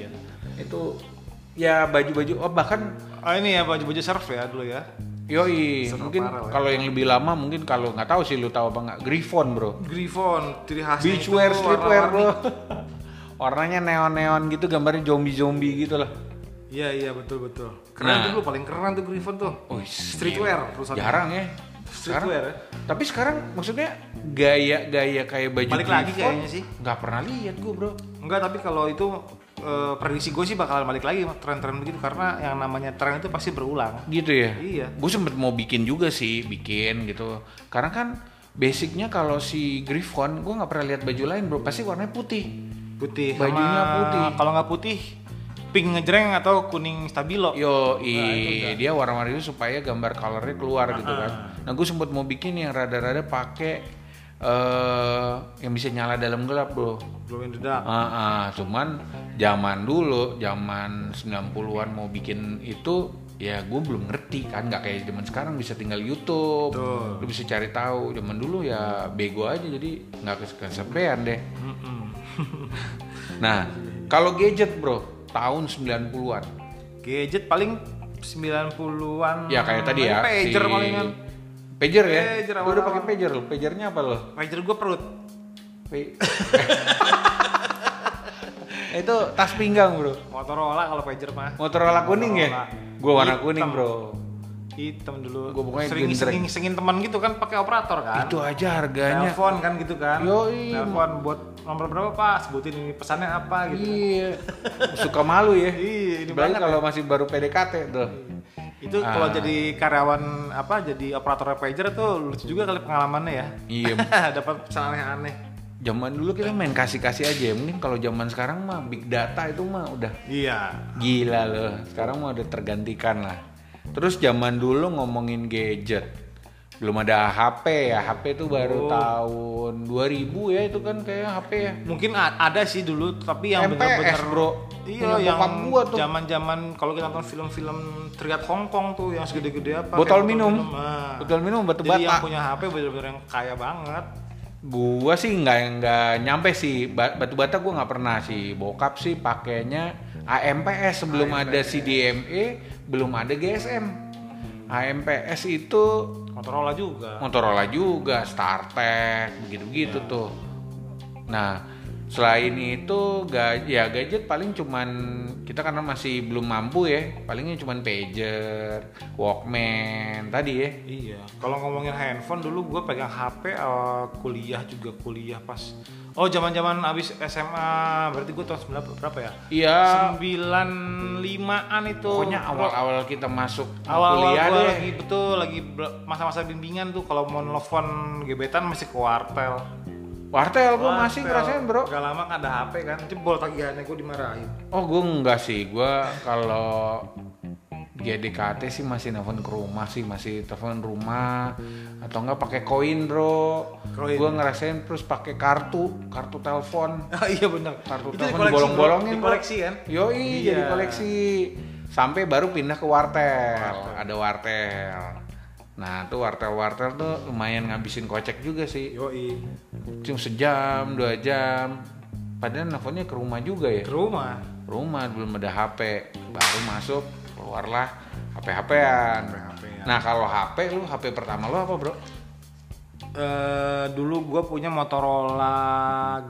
[SPEAKER 2] Itu ya baju-baju oh bahkan
[SPEAKER 1] Oh ini ya baju-baju surf ya dulu ya.
[SPEAKER 2] yoi
[SPEAKER 1] Seru
[SPEAKER 2] mungkin
[SPEAKER 1] parah, ya.
[SPEAKER 2] kalau yang lebih lama mungkin kalau nggak tahu sih lu tahu apa nggak Griffon bro
[SPEAKER 1] Griffon, ciri khasnya Nah,
[SPEAKER 2] beachwear
[SPEAKER 1] itu
[SPEAKER 2] streetwear
[SPEAKER 1] warna-warni.
[SPEAKER 2] bro warnanya neon-neon gitu gambarnya zombie-zombie gitu lah
[SPEAKER 1] Iya iya betul betul. Keren
[SPEAKER 2] Nah.
[SPEAKER 1] tuh dulu paling keren tuh Griffon tuh.
[SPEAKER 2] oh
[SPEAKER 1] Streetwear perusahaan.
[SPEAKER 2] jarang ya sekarang
[SPEAKER 1] Streetwear. ya.
[SPEAKER 2] tapi sekarang maksudnya gaya-gaya kayak baju
[SPEAKER 1] Balik lagi
[SPEAKER 2] Griffon,
[SPEAKER 1] kayaknya sih.
[SPEAKER 2] nggak pernah lihat gue bro
[SPEAKER 1] Enggak, tapi kalau itu eh, prediksi gue sih bakalan balik lagi tren-tren begitu karena yang namanya tren itu pasti berulang.
[SPEAKER 2] gitu ya
[SPEAKER 1] Iya.
[SPEAKER 2] gue sempet mau bikin juga sih bikin gitu karena kan basicnya kalau si Griffon gue nggak pernah lihat baju lain bro pasti warnanya putih
[SPEAKER 1] Putih
[SPEAKER 2] Bajunya
[SPEAKER 1] sama-
[SPEAKER 2] putih.
[SPEAKER 1] Kalau nggak putih, pink ngejreng atau kuning stabilo.
[SPEAKER 2] yo i,
[SPEAKER 1] Nah, itu ah. udah.
[SPEAKER 2] dia kan. Nah, warna-warni itu supaya gambar colornya keluar gitu kan nah gue sempet mau bikin yang rada-rada pakai eh yang bisa nyala dalam gelap bro
[SPEAKER 1] glow in the dark
[SPEAKER 2] Ah, ah, cuman zaman dulu, zaman 90-an mau bikin itu ya gue belum ngerti kan nggak kayak zaman sekarang bisa tinggal YouTube,
[SPEAKER 1] Betul.
[SPEAKER 2] lu bisa cari tahu. Zaman dulu ya bego aja jadi nggak kes- kesampaian deh.
[SPEAKER 1] Mm-mm.
[SPEAKER 2] Nah, kalau gadget bro, tahun 90-an.
[SPEAKER 1] gadget paling 90-an
[SPEAKER 2] Ya kayak tadi ya
[SPEAKER 1] pager
[SPEAKER 2] si-
[SPEAKER 1] palingan
[SPEAKER 2] Pager ya?
[SPEAKER 1] Pager
[SPEAKER 2] Lu udah
[SPEAKER 1] awal-awal.
[SPEAKER 2] pakai pager lo. Pagernya apa lo?
[SPEAKER 1] pager gue perut
[SPEAKER 2] Pe- itu tas pinggang bro.
[SPEAKER 1] Motorola kalau pager mah
[SPEAKER 2] Motorola kuning ya?
[SPEAKER 1] Motorola.
[SPEAKER 2] Gue warna
[SPEAKER 1] Hitam.
[SPEAKER 2] kuning bro.
[SPEAKER 1] hitam dulu
[SPEAKER 2] Gua pokoknya
[SPEAKER 1] sering
[SPEAKER 2] gendreng.
[SPEAKER 1] sengin sengin teman gitu kan pakai operator kan
[SPEAKER 2] Itu aja harganya.
[SPEAKER 1] telepon kan gitu kan
[SPEAKER 2] Yoi.
[SPEAKER 1] telepon buat nomor berapa pak sebutin ini pesannya apa gitu
[SPEAKER 2] Iya. Suka malu ya.
[SPEAKER 1] Iya, ini
[SPEAKER 2] Apalagi
[SPEAKER 1] banget
[SPEAKER 2] kalau masih baru PDKT tuh.
[SPEAKER 1] itu
[SPEAKER 2] Ah.
[SPEAKER 1] kalau jadi karyawan apa jadi operator pager tuh lucu juga kali pengalamannya ya
[SPEAKER 2] Iya.
[SPEAKER 1] dapat pesan aneh-aneh
[SPEAKER 2] Zaman dulu kita main kasih-kasih aja ya. Mungkin kalau zaman sekarang mah big data itu mah udah
[SPEAKER 1] iya
[SPEAKER 2] gila loh. Sekarang mah udah tergantikan lah. Terus zaman dulu ngomongin gadget. Belum ada HP ya. HP
[SPEAKER 1] Oh.
[SPEAKER 2] itu baru tahun 2000 ya itu kan kayak HP ya.
[SPEAKER 1] mungkin a- ada sih dulu tapi yang
[SPEAKER 2] MPS,
[SPEAKER 1] bener-bener
[SPEAKER 2] bro.
[SPEAKER 1] iya
[SPEAKER 2] Punya
[SPEAKER 1] yang
[SPEAKER 2] bokap gua tuh.
[SPEAKER 1] zaman-zaman kalau kita nonton film-film triad Hong Kong tuh yang segede-gede apa
[SPEAKER 2] Botol
[SPEAKER 1] kayak
[SPEAKER 2] minum.
[SPEAKER 1] nah.
[SPEAKER 2] Botol minum batu
[SPEAKER 1] jadi yang
[SPEAKER 2] bata.
[SPEAKER 1] punya HP bener-bener yang kaya banget
[SPEAKER 2] gua sih nggak nggak nyampe sih Ba- batu bata gua nggak pernah sih bokap sih pakainya AMPS sebelum ada CDME E, belum ada GSM AMPS itu
[SPEAKER 1] Motorola juga
[SPEAKER 2] Motorola juga StarTech begitu begitu
[SPEAKER 1] Iya.
[SPEAKER 2] tuh nah selain itu ga- ya gadget paling cuman kita karena masih belum mampu ya palingnya cuman pager Walkman tadi ya
[SPEAKER 1] Iya, kalau ngomongin handphone dulu gue pegang HP eh, kuliah juga kuliah pas oh zaman-zaman abis SMA berarti gue tahun 9 berapa ya?
[SPEAKER 2] iya
[SPEAKER 1] 95-an itu.
[SPEAKER 2] pokoknya awal-awal kita masuk
[SPEAKER 1] awal
[SPEAKER 2] kuliah
[SPEAKER 1] gua
[SPEAKER 2] deh
[SPEAKER 1] lagi betul lagi bel- masa-masa bimbingan tuh kalau mau nelfon gebetan masih ke wartel.
[SPEAKER 2] Wartel gue masih
[SPEAKER 1] Wartel.
[SPEAKER 2] ngerasain bro
[SPEAKER 1] Gak lama nggak ada HP kan, jebol tagihannya gue dimarahin.
[SPEAKER 2] Oh gue enggak sih Gue kalau GDKT sih masih nelfon ke rumah sih Masih telepon rumah Atau enggak pakai koin bro
[SPEAKER 1] Koin.
[SPEAKER 2] Gue ngerasain terus pakai kartu Kartu telepon
[SPEAKER 1] Ah, iya benar.
[SPEAKER 2] Kartu
[SPEAKER 1] Itu
[SPEAKER 2] telepon
[SPEAKER 1] dikoleksi,
[SPEAKER 2] bolong-bolongin
[SPEAKER 1] bro.
[SPEAKER 2] bro.
[SPEAKER 1] Dikoleksi kan?
[SPEAKER 2] Yoi
[SPEAKER 1] Iya.
[SPEAKER 2] jadi koleksi Sampai baru pindah ke wartel Ada wartel Nah tuh wartel-wartel tuh lumayan ngabisin kocek juga sih
[SPEAKER 1] Yoi.
[SPEAKER 2] Cuma sejam, dua jam Padahal nelfonnya ke rumah juga ya
[SPEAKER 1] Ke rumah.
[SPEAKER 2] rumah belum ada HP baru masuk keluarlah HP HPan
[SPEAKER 1] HP-an.
[SPEAKER 2] nah kalau HP lu HP pertama lu apa bro
[SPEAKER 1] eh dulu gue punya Motorola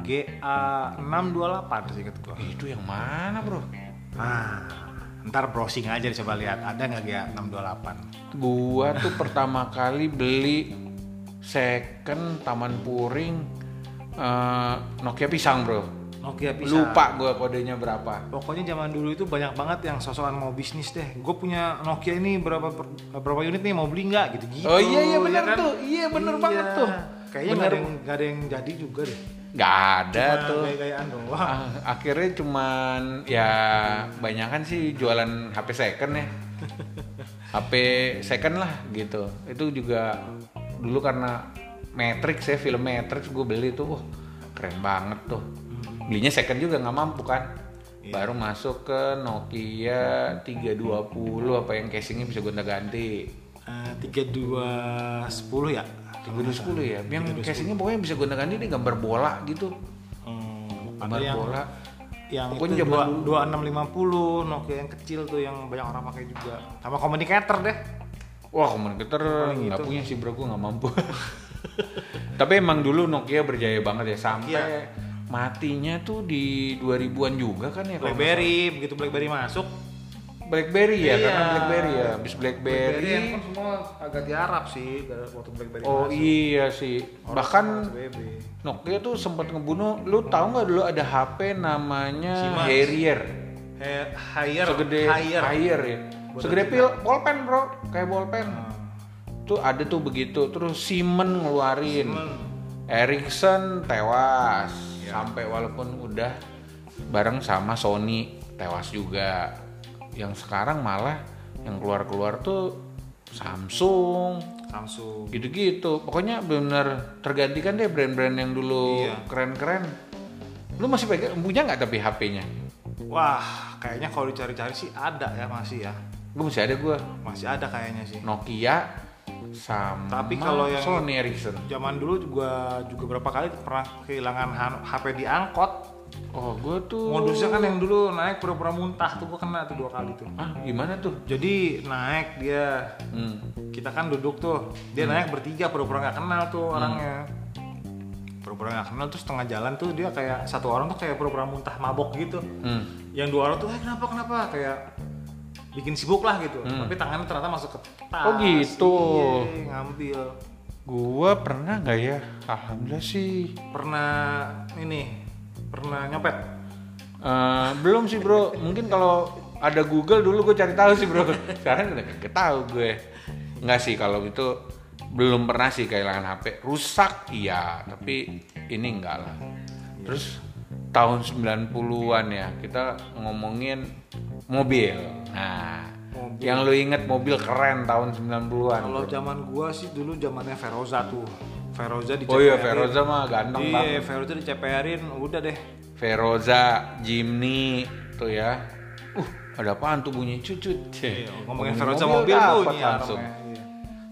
[SPEAKER 1] GA628 sih inget gue.
[SPEAKER 2] Ih, Eh, itu yang mana bro
[SPEAKER 1] Ah, ntar browsing aja deh, coba lihat ada nggak GA628.
[SPEAKER 2] gua tuh pertama kali beli second Taman Puring eh, Nokia pisang bro
[SPEAKER 1] Nokia pisang.
[SPEAKER 2] lupa gua kodenya berapa
[SPEAKER 1] Pokoknya zaman dulu itu banyak banget yang sosokan mau bisnis deh. Gue punya Nokia ini berapa per- berapa unit nih mau beli nggak gitu gitu.
[SPEAKER 2] Oh, iya, iya, bener tuh. Iya, bener banget tuh.
[SPEAKER 1] Kayaknya
[SPEAKER 2] Bener.
[SPEAKER 1] nggak ada yang nggak ada yang jadi juga deh.
[SPEAKER 2] nggak ada
[SPEAKER 1] Cuma
[SPEAKER 2] tuh
[SPEAKER 1] Gaya-gayaan doang.
[SPEAKER 2] Ah, akhirnya cuman ya banyakan sih jualan HP second ya HP second lah gitu itu juga dulu karena Matrix ya film Matrix gue beli tuh wah keren banget tuh
[SPEAKER 1] Hmm.
[SPEAKER 2] belinya second juga nggak mampu kan
[SPEAKER 1] Iya.
[SPEAKER 2] baru masuk ke Nokia 320 apa yang casingnya bisa gonta ganti
[SPEAKER 1] Eh, Tiga dua sepuluh ya.
[SPEAKER 2] 320 ya yang casingnya pokoknya bisa gonta ganti ini gambar bola gitu
[SPEAKER 1] Hmm, ada
[SPEAKER 2] gambar
[SPEAKER 1] yang
[SPEAKER 2] bola
[SPEAKER 1] yang
[SPEAKER 2] Pokoknya
[SPEAKER 1] itu
[SPEAKER 2] zaman
[SPEAKER 1] dua- 2650 Nokia yang kecil tuh yang banyak orang pakai juga sama communicator deh
[SPEAKER 2] Wah, komunikator nggak
[SPEAKER 1] gitu.
[SPEAKER 2] punya sih bro, gue nggak mampu. Tapi emang dulu Nokia berjaya banget ya sampai
[SPEAKER 1] Iya.
[SPEAKER 2] matinya tuh di 2000-an juga kan ya kalau nggak
[SPEAKER 1] BlackBerry begitu BlackBerry masuk
[SPEAKER 2] salah. BlackBerry ya,
[SPEAKER 1] Iya.
[SPEAKER 2] karena BlackBerry ya, habis BlackBerry.
[SPEAKER 1] handphone kan semua agak diharap sih gara- waktu BlackBerry
[SPEAKER 2] Oh
[SPEAKER 1] masuk.
[SPEAKER 2] iya sih.
[SPEAKER 1] Orang
[SPEAKER 2] Bahkan
[SPEAKER 1] sama SBB.
[SPEAKER 2] Nokia tuh sempat ngebunuh. Lu tahu nggak dulu ada HP namanya
[SPEAKER 1] Siemens.
[SPEAKER 2] Harrier.
[SPEAKER 1] He- higher
[SPEAKER 2] Segede
[SPEAKER 1] higher
[SPEAKER 2] ya. Segede pil bolpen, Bro. Kayak bolpen. Hmm. Tuh ada tuh begitu. Terus Siemens Iya. ngeluarin. Ericsson tewas sampai walaupun udah bareng sama Sony tewas juga. Yang sekarang malah yang keluar-keluar tuh Samsung,
[SPEAKER 1] Samsung
[SPEAKER 2] gitu-gitu pokoknya benar tergantikan deh brand-brand yang dulu
[SPEAKER 1] Iya.
[SPEAKER 2] keren-keren lu masih pegang punya nggak tapi HP-nya
[SPEAKER 1] wah kayaknya kalau dicari-cari sih ada ya masih ya
[SPEAKER 2] gue masih ada gue
[SPEAKER 1] masih ada kayaknya sih
[SPEAKER 2] Nokia sama
[SPEAKER 1] Tapi kalau yang-
[SPEAKER 2] Sony Ericsson
[SPEAKER 1] zaman dulu juga juga berapa kali pernah kehilangan han- HP diangkot
[SPEAKER 2] oh gue tuh
[SPEAKER 1] modusnya kan yang dulu naik pura-pura muntah tuh gua kena tuh dua kali tuh
[SPEAKER 2] ah gimana tuh
[SPEAKER 1] jadi naik dia
[SPEAKER 2] hmm.
[SPEAKER 1] kita kan duduk tuh dia naik bertiga pura-pura nggak kenal tuh orangnya pura-pura nggak kenal terus tengah jalan tuh dia kayak satu orang tuh kayak pura-pura muntah mabok gitu
[SPEAKER 2] Hmm.
[SPEAKER 1] yang dua orang tuh "Eh, kenapa kenapa kayak bikin sibuk lah gitu tapi tangannya ternyata masuk ke tas
[SPEAKER 2] Hmm. Oh, gitu.
[SPEAKER 1] Iya, ngambil
[SPEAKER 2] gue pernah nggak ya alhamdulillah sih
[SPEAKER 1] pernah ini pernah nyopet
[SPEAKER 2] Eh, belum sih bro mungkin kalau ada Google dulu gue cari tahu sih bro sekarang udah kagak tahu gue nggak sih kalau itu belum pernah sih kehilangan HP rusak iya tapi ini enggak lah terus tahun 90-an ya kita ngomongin mobil nah
[SPEAKER 1] Mobil.
[SPEAKER 2] yang lu inget mobil keren tahun 90-an
[SPEAKER 1] kalau zaman gua sih dulu zamannya Feroza tuh Feroza di
[SPEAKER 2] oh iya
[SPEAKER 1] CPR-in.
[SPEAKER 2] Feroza mah ganteng
[SPEAKER 1] iya
[SPEAKER 2] banget Ya,
[SPEAKER 1] Feroza di CPR-in udah deh
[SPEAKER 2] Feroza, Jimny tuh ya. Uh, ada apaan tuh bunyi cucut?
[SPEAKER 1] Iya, ngomongin Feroza mobil, tuh
[SPEAKER 2] dapat
[SPEAKER 1] ini
[SPEAKER 2] langsung.
[SPEAKER 1] aromanya, iya.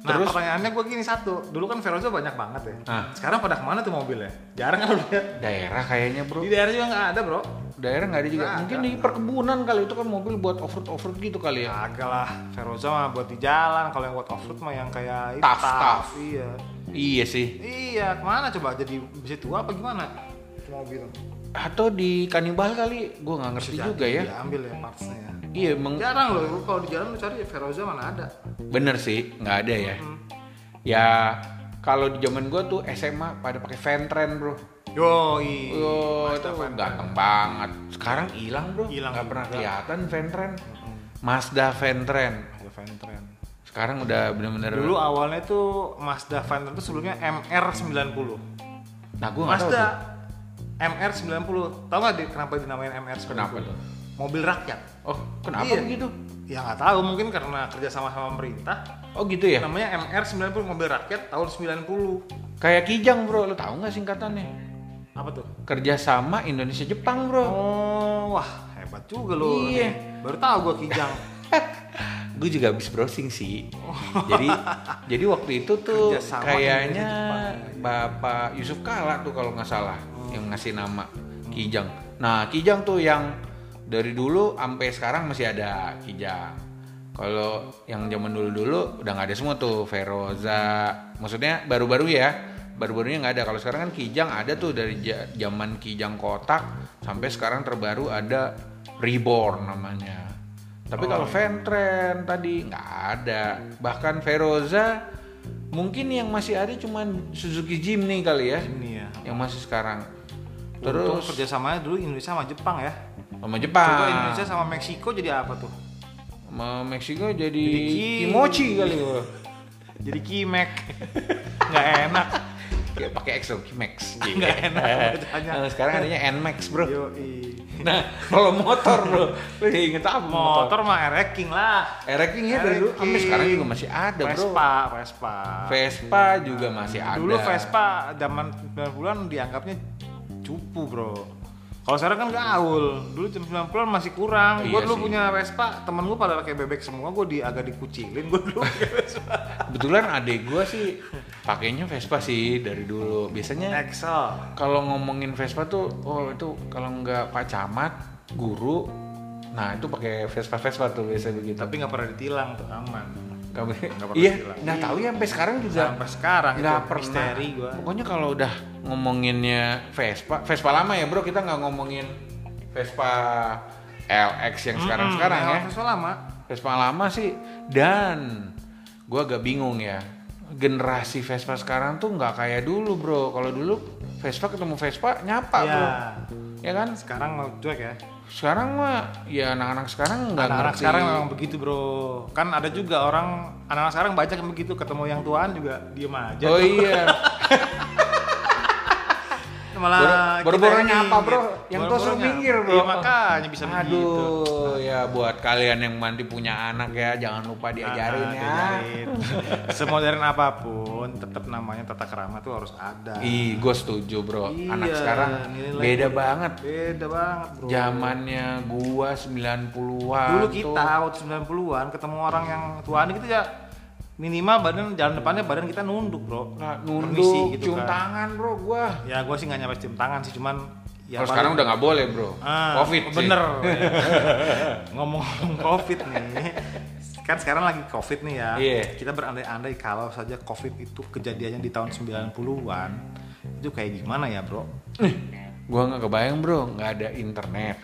[SPEAKER 1] Nah
[SPEAKER 2] Terus?
[SPEAKER 1] pertanyaannya gue gini satu, dulu kan Feroza banyak banget ya.
[SPEAKER 2] Ah.
[SPEAKER 1] Sekarang pada kemana tuh mobilnya? Jarang kan lu lihat.
[SPEAKER 2] Daerah kayaknya bro.
[SPEAKER 1] Di daerah juga nggak ada bro.
[SPEAKER 2] Daerah nggak ada
[SPEAKER 1] Iya.
[SPEAKER 2] juga.
[SPEAKER 1] Nggak
[SPEAKER 2] Mungkin
[SPEAKER 1] ada. Iya.
[SPEAKER 2] di perkebunan kali itu kan mobil buat offroad offroad gitu kali ya.
[SPEAKER 1] Agak lah, Feroza mah buat di jalan. Kalau yang buat offroad mah yang kayak itu,
[SPEAKER 2] Tough,
[SPEAKER 1] tough.
[SPEAKER 2] tough.
[SPEAKER 1] Iya.
[SPEAKER 2] Iya sih.
[SPEAKER 1] Iya, kemana coba? Jadi bisa tua apa gimana? Mobil.
[SPEAKER 2] Atau di kanibal kali, gue nggak ngerti
[SPEAKER 1] Jadi
[SPEAKER 2] juga ya.
[SPEAKER 1] Diambil ya partsnya. ya.
[SPEAKER 2] Iya, emang
[SPEAKER 1] Jarang loh, lu kalau di jalan lu cari Feroza mana ada?
[SPEAKER 2] bener sih, nggak ada ya. Ya kalau di zaman gue tuh SMA pada pakai Ventren bro.
[SPEAKER 1] Yoi.
[SPEAKER 2] Yo, itu ganteng banget. Sekarang hilang bro,
[SPEAKER 1] Hilang
[SPEAKER 2] nggak pernah
[SPEAKER 1] juga.
[SPEAKER 2] kelihatan Ventren. Mazda Ventren.
[SPEAKER 1] Ada Ventren.
[SPEAKER 2] Sekarang udah bener-bener.
[SPEAKER 1] Dulu awalnya tuh Mazda Ventren tuh sebelumnya MR90.
[SPEAKER 2] nah gue nggak tahu
[SPEAKER 1] Mazda
[SPEAKER 2] tuh.
[SPEAKER 1] MR90. Tahu nggak di- kenapa dinamain MR90?
[SPEAKER 2] Kenapa tuh?
[SPEAKER 1] Mobil rakyat.
[SPEAKER 2] Oh, kenapa
[SPEAKER 1] Iya.
[SPEAKER 2] begitu?
[SPEAKER 1] Ya nggak tahu, mungkin karena kerja sama sama pemerintah.
[SPEAKER 2] Oh gitu ya.
[SPEAKER 1] Namanya MR90 mobil rakyat tahun 90.
[SPEAKER 2] Kayak Kijang bro, lo tahu nggak singkatannya?
[SPEAKER 1] Apa tuh?
[SPEAKER 2] Kerjasama Indonesia Jepang bro.
[SPEAKER 1] Oh, wah hebat juga loh.
[SPEAKER 2] Iya.
[SPEAKER 1] Baru tahu gua Kijang.
[SPEAKER 2] gue juga habis browsing sih. jadi jadi waktu itu tuh
[SPEAKER 1] Kerjasama
[SPEAKER 2] kayaknya
[SPEAKER 1] Indonesia
[SPEAKER 2] Bapak Yusuf Kala tuh kalau nggak salah yang ngasih nama Kijang. Nah Kijang tuh yang dari dulu sampai sekarang masih ada Kijang. Kalau yang zaman dulu-dulu udah nggak ada semua tuh Feroza. Maksudnya baru-baru ya, baru-barunya nggak ada. Kalau sekarang kan Kijang ada tuh dari ja- zaman Kijang kotak sampai sekarang terbaru ada Reborn namanya. Tapi
[SPEAKER 1] Oh.
[SPEAKER 2] kalau Ventren tadi nggak ada. Bahkan Feroza mungkin yang masih ada cuman Suzuki Jimny kali ya,
[SPEAKER 1] Ini ya.
[SPEAKER 2] yang masih sekarang.
[SPEAKER 1] Untung
[SPEAKER 2] Terus
[SPEAKER 1] kerjasamanya dulu Indonesia sama Jepang ya.
[SPEAKER 2] sama
[SPEAKER 1] Coba
[SPEAKER 2] Jepang,
[SPEAKER 1] Indonesia sama Meksiko jadi apa tuh?
[SPEAKER 2] sama Meksiko jadi
[SPEAKER 1] Jadi Ki-
[SPEAKER 2] Kimochi kali ya.
[SPEAKER 1] Jadi Kimek. Nggak enak.
[SPEAKER 2] Kayak pakai EXO Kimex.
[SPEAKER 1] Nggak enak bacaannya.
[SPEAKER 2] Iya. Nah, sekarang adanya NMAX, Bro.
[SPEAKER 1] Yoi.
[SPEAKER 2] Nah, kalau motor, Bro. Lu jadi inget apa motor?
[SPEAKER 1] Motor mah Erek King lah.
[SPEAKER 2] Erek King ya
[SPEAKER 1] Iya,
[SPEAKER 2] dari dulu sampai
[SPEAKER 1] King.
[SPEAKER 2] sekarang juga masih ada, Bro.
[SPEAKER 1] Vespa, Vespa.
[SPEAKER 2] Vespa juga masih ada.
[SPEAKER 1] Dulu Vespa zaman 90-an dianggapnya cupu, Bro. Kalau sekarang kan gaul. Dulu jam 90-an masih kurang. Gue
[SPEAKER 2] Iya
[SPEAKER 1] dulu
[SPEAKER 2] sih.
[SPEAKER 1] punya Vespa, temen gue pada pakai bebek semua, gue di agak dikucilin gue dulu pakai Vespa.
[SPEAKER 2] Kebetulan adek gue sih pakainya Vespa sih dari dulu. Biasanya
[SPEAKER 1] Excel.
[SPEAKER 2] kalau ngomongin Vespa tuh, oh itu kalau nggak Pak Camat, guru, nah itu pakai Vespa Vespa tuh biasa begitu.
[SPEAKER 1] Tapi nggak pernah ditilang tuh aman.
[SPEAKER 2] Kamu,
[SPEAKER 1] pernah
[SPEAKER 2] iya,
[SPEAKER 1] bilang.
[SPEAKER 2] nggak tahu ya sampai sekarang juga
[SPEAKER 1] Sampai sekarang
[SPEAKER 2] nggak
[SPEAKER 1] itu
[SPEAKER 2] pernah.
[SPEAKER 1] misteri gue.
[SPEAKER 2] Pokoknya kalau udah ngomonginnya Vespa, Vespa lama ya bro, kita nggak ngomongin Vespa LX yang sekarang-sekarang ya.
[SPEAKER 1] Hmm, Vespa lama.
[SPEAKER 2] Vespa lama sih dan gue agak bingung ya generasi Vespa sekarang tuh nggak kayak dulu bro kalau dulu Vespa ketemu Vespa nyapa
[SPEAKER 1] Iya.
[SPEAKER 2] bro ya kan
[SPEAKER 1] Sekarang mau cuek ya.
[SPEAKER 2] sekarang mah ya anak-anak sekarang nggak
[SPEAKER 1] anak-anak
[SPEAKER 2] ngerti Oh
[SPEAKER 1] sekarang memang begitu bro kan ada juga orang anak-anak sekarang banyak yang
[SPEAKER 2] iya.
[SPEAKER 1] begitu ketemu yang tuaan juga diem aja
[SPEAKER 2] oh iya
[SPEAKER 1] Malah
[SPEAKER 2] Boro-
[SPEAKER 1] kita
[SPEAKER 2] boro-boronya
[SPEAKER 1] yang
[SPEAKER 2] apa, bro?
[SPEAKER 1] nginggir.
[SPEAKER 2] Yang tua suruh
[SPEAKER 1] Boro-boronya.
[SPEAKER 2] minggir,
[SPEAKER 1] Iya,
[SPEAKER 2] bro.
[SPEAKER 1] makanya bisa
[SPEAKER 2] Aduh,
[SPEAKER 1] begitu.
[SPEAKER 2] ya buat kalian yang nanti punya anak ya, jangan lupa diajarin
[SPEAKER 1] Ah,
[SPEAKER 2] ya.
[SPEAKER 1] diajarin. Semodern apapun, tetap namanya tata kerama tuh harus ada.
[SPEAKER 2] Ih, gue setuju bro. Iya, Anak
[SPEAKER 1] Iya,
[SPEAKER 2] sekarang
[SPEAKER 1] nilai-
[SPEAKER 2] beda banget.
[SPEAKER 1] Beda banget, bro.
[SPEAKER 2] Zamannya gua 90-an.
[SPEAKER 1] Dulu
[SPEAKER 2] tuh.
[SPEAKER 1] kita waktu 90-an ketemu orang yang tuaan gitu ya minimal badan jalan depannya badan kita nunduk, bro.
[SPEAKER 2] Nah,
[SPEAKER 1] Permisi
[SPEAKER 2] nunduk,
[SPEAKER 1] gitu
[SPEAKER 2] cium
[SPEAKER 1] kan.
[SPEAKER 2] tangan bro gua.
[SPEAKER 1] Ya gue sih nggak nyampe cium tangan sih, cuman ya
[SPEAKER 2] Kalau
[SPEAKER 1] paling-
[SPEAKER 2] sekarang udah nggak boleh bro.
[SPEAKER 1] Ah,
[SPEAKER 2] Covid sih.
[SPEAKER 1] bener. Ngomong-ngomong covid nih, kan sekarang lagi covid nih ya.
[SPEAKER 2] Iya.
[SPEAKER 1] Kita berandai-andai kalau saja covid itu kejadiannya di tahun 90-an itu kayak gimana ya bro?
[SPEAKER 2] Ih, Gua nggak kebayang bro, nggak ada internet,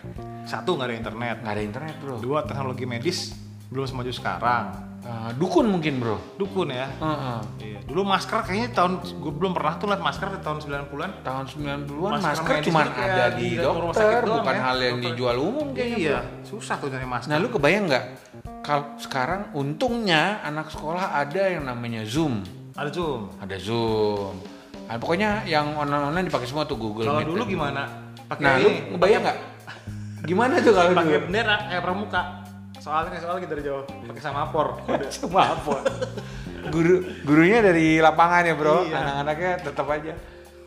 [SPEAKER 1] Satu nggak ada internet,
[SPEAKER 2] nggak ada internet bro.
[SPEAKER 1] dua teknologi medis belum semaju sekarang.
[SPEAKER 2] Ah, dukun mungkin bro.
[SPEAKER 1] Dukun ya.
[SPEAKER 2] Heeh.
[SPEAKER 1] Iya. Dulu masker kayaknya tahun gue belum pernah tuh liat masker di tahun 90-an.
[SPEAKER 2] Tahun 90-an
[SPEAKER 1] Masker
[SPEAKER 2] masker,
[SPEAKER 1] medis
[SPEAKER 2] cuman
[SPEAKER 1] itu kayak
[SPEAKER 2] ada
[SPEAKER 1] di
[SPEAKER 2] di
[SPEAKER 1] rumah
[SPEAKER 2] dokter,
[SPEAKER 1] sakit doang
[SPEAKER 2] bukan
[SPEAKER 1] ya,
[SPEAKER 2] hal yang
[SPEAKER 1] dokter.
[SPEAKER 2] dijual umum kayaknya. bro.
[SPEAKER 1] Iya, susah tuh nyari masker.
[SPEAKER 2] Nah lu kebayang nggak kalau sekarang untungnya anak sekolah ada yang namanya Zoom,
[SPEAKER 1] Ada zoom.
[SPEAKER 2] ada Zoom. Ah, pokoknya yang online-online dipakai semua tuh Google
[SPEAKER 1] Kalau
[SPEAKER 2] Meet.
[SPEAKER 1] dulu
[SPEAKER 2] dan-
[SPEAKER 1] gimana? Pakai
[SPEAKER 2] ya. Nah lu kebayang nggak? Gimana tuh kalau
[SPEAKER 1] pakai
[SPEAKER 2] dulu?
[SPEAKER 1] bendera kayak pramuka. Iya. Soalnya soalnya kita dari jauh pakai samapor. Kode.
[SPEAKER 2] Cuma apa? Guru gurunya dari lapangan ya bro,
[SPEAKER 1] Iya.
[SPEAKER 2] anak-anaknya tetap aja.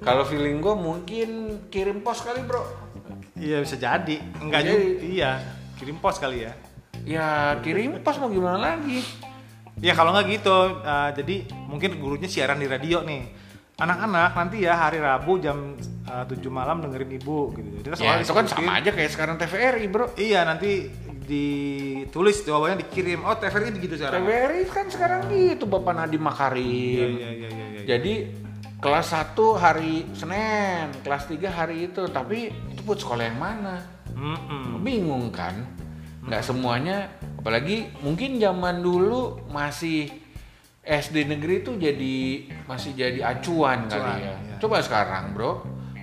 [SPEAKER 2] Kalau feeling gue mungkin kirim pos kali bro.
[SPEAKER 1] Iya bisa jadi. Enggak
[SPEAKER 2] Jadi-
[SPEAKER 1] juga. Iya. Kirim pos kali ya.
[SPEAKER 2] Ya kirim pos mau gimana lagi?
[SPEAKER 1] Ya kalau nggak gitu, eh, jadi mungkin gurunya siaran di radio nih. Anak-anak nanti ya hari Rabu jam eh, 7 malam dengerin ibu gitu. Kita
[SPEAKER 2] Ya, itu kan
[SPEAKER 1] disebutin.
[SPEAKER 2] sama aja kayak sekarang TVRI bro.
[SPEAKER 1] Iya nanti ditulis jawabannya dikirim. Oh TVRI begitu sekarang.
[SPEAKER 2] TVRI kan sekarang gitu Bapak Nadiem
[SPEAKER 1] Iya
[SPEAKER 2] Makarim.
[SPEAKER 1] iya iya iya. iya.
[SPEAKER 2] Jadi kelas 1 hari Senin, kelas 3 hari itu, tapi itu buat sekolah yang mana?
[SPEAKER 1] Mm-mm.
[SPEAKER 2] Bingung kan? Nggak semuanya, apalagi mungkin zaman dulu masih SD negeri itu jadi masih jadi acuan,
[SPEAKER 1] Acuan,
[SPEAKER 2] kali ya.
[SPEAKER 1] iya.
[SPEAKER 2] Coba sekarang, Bro.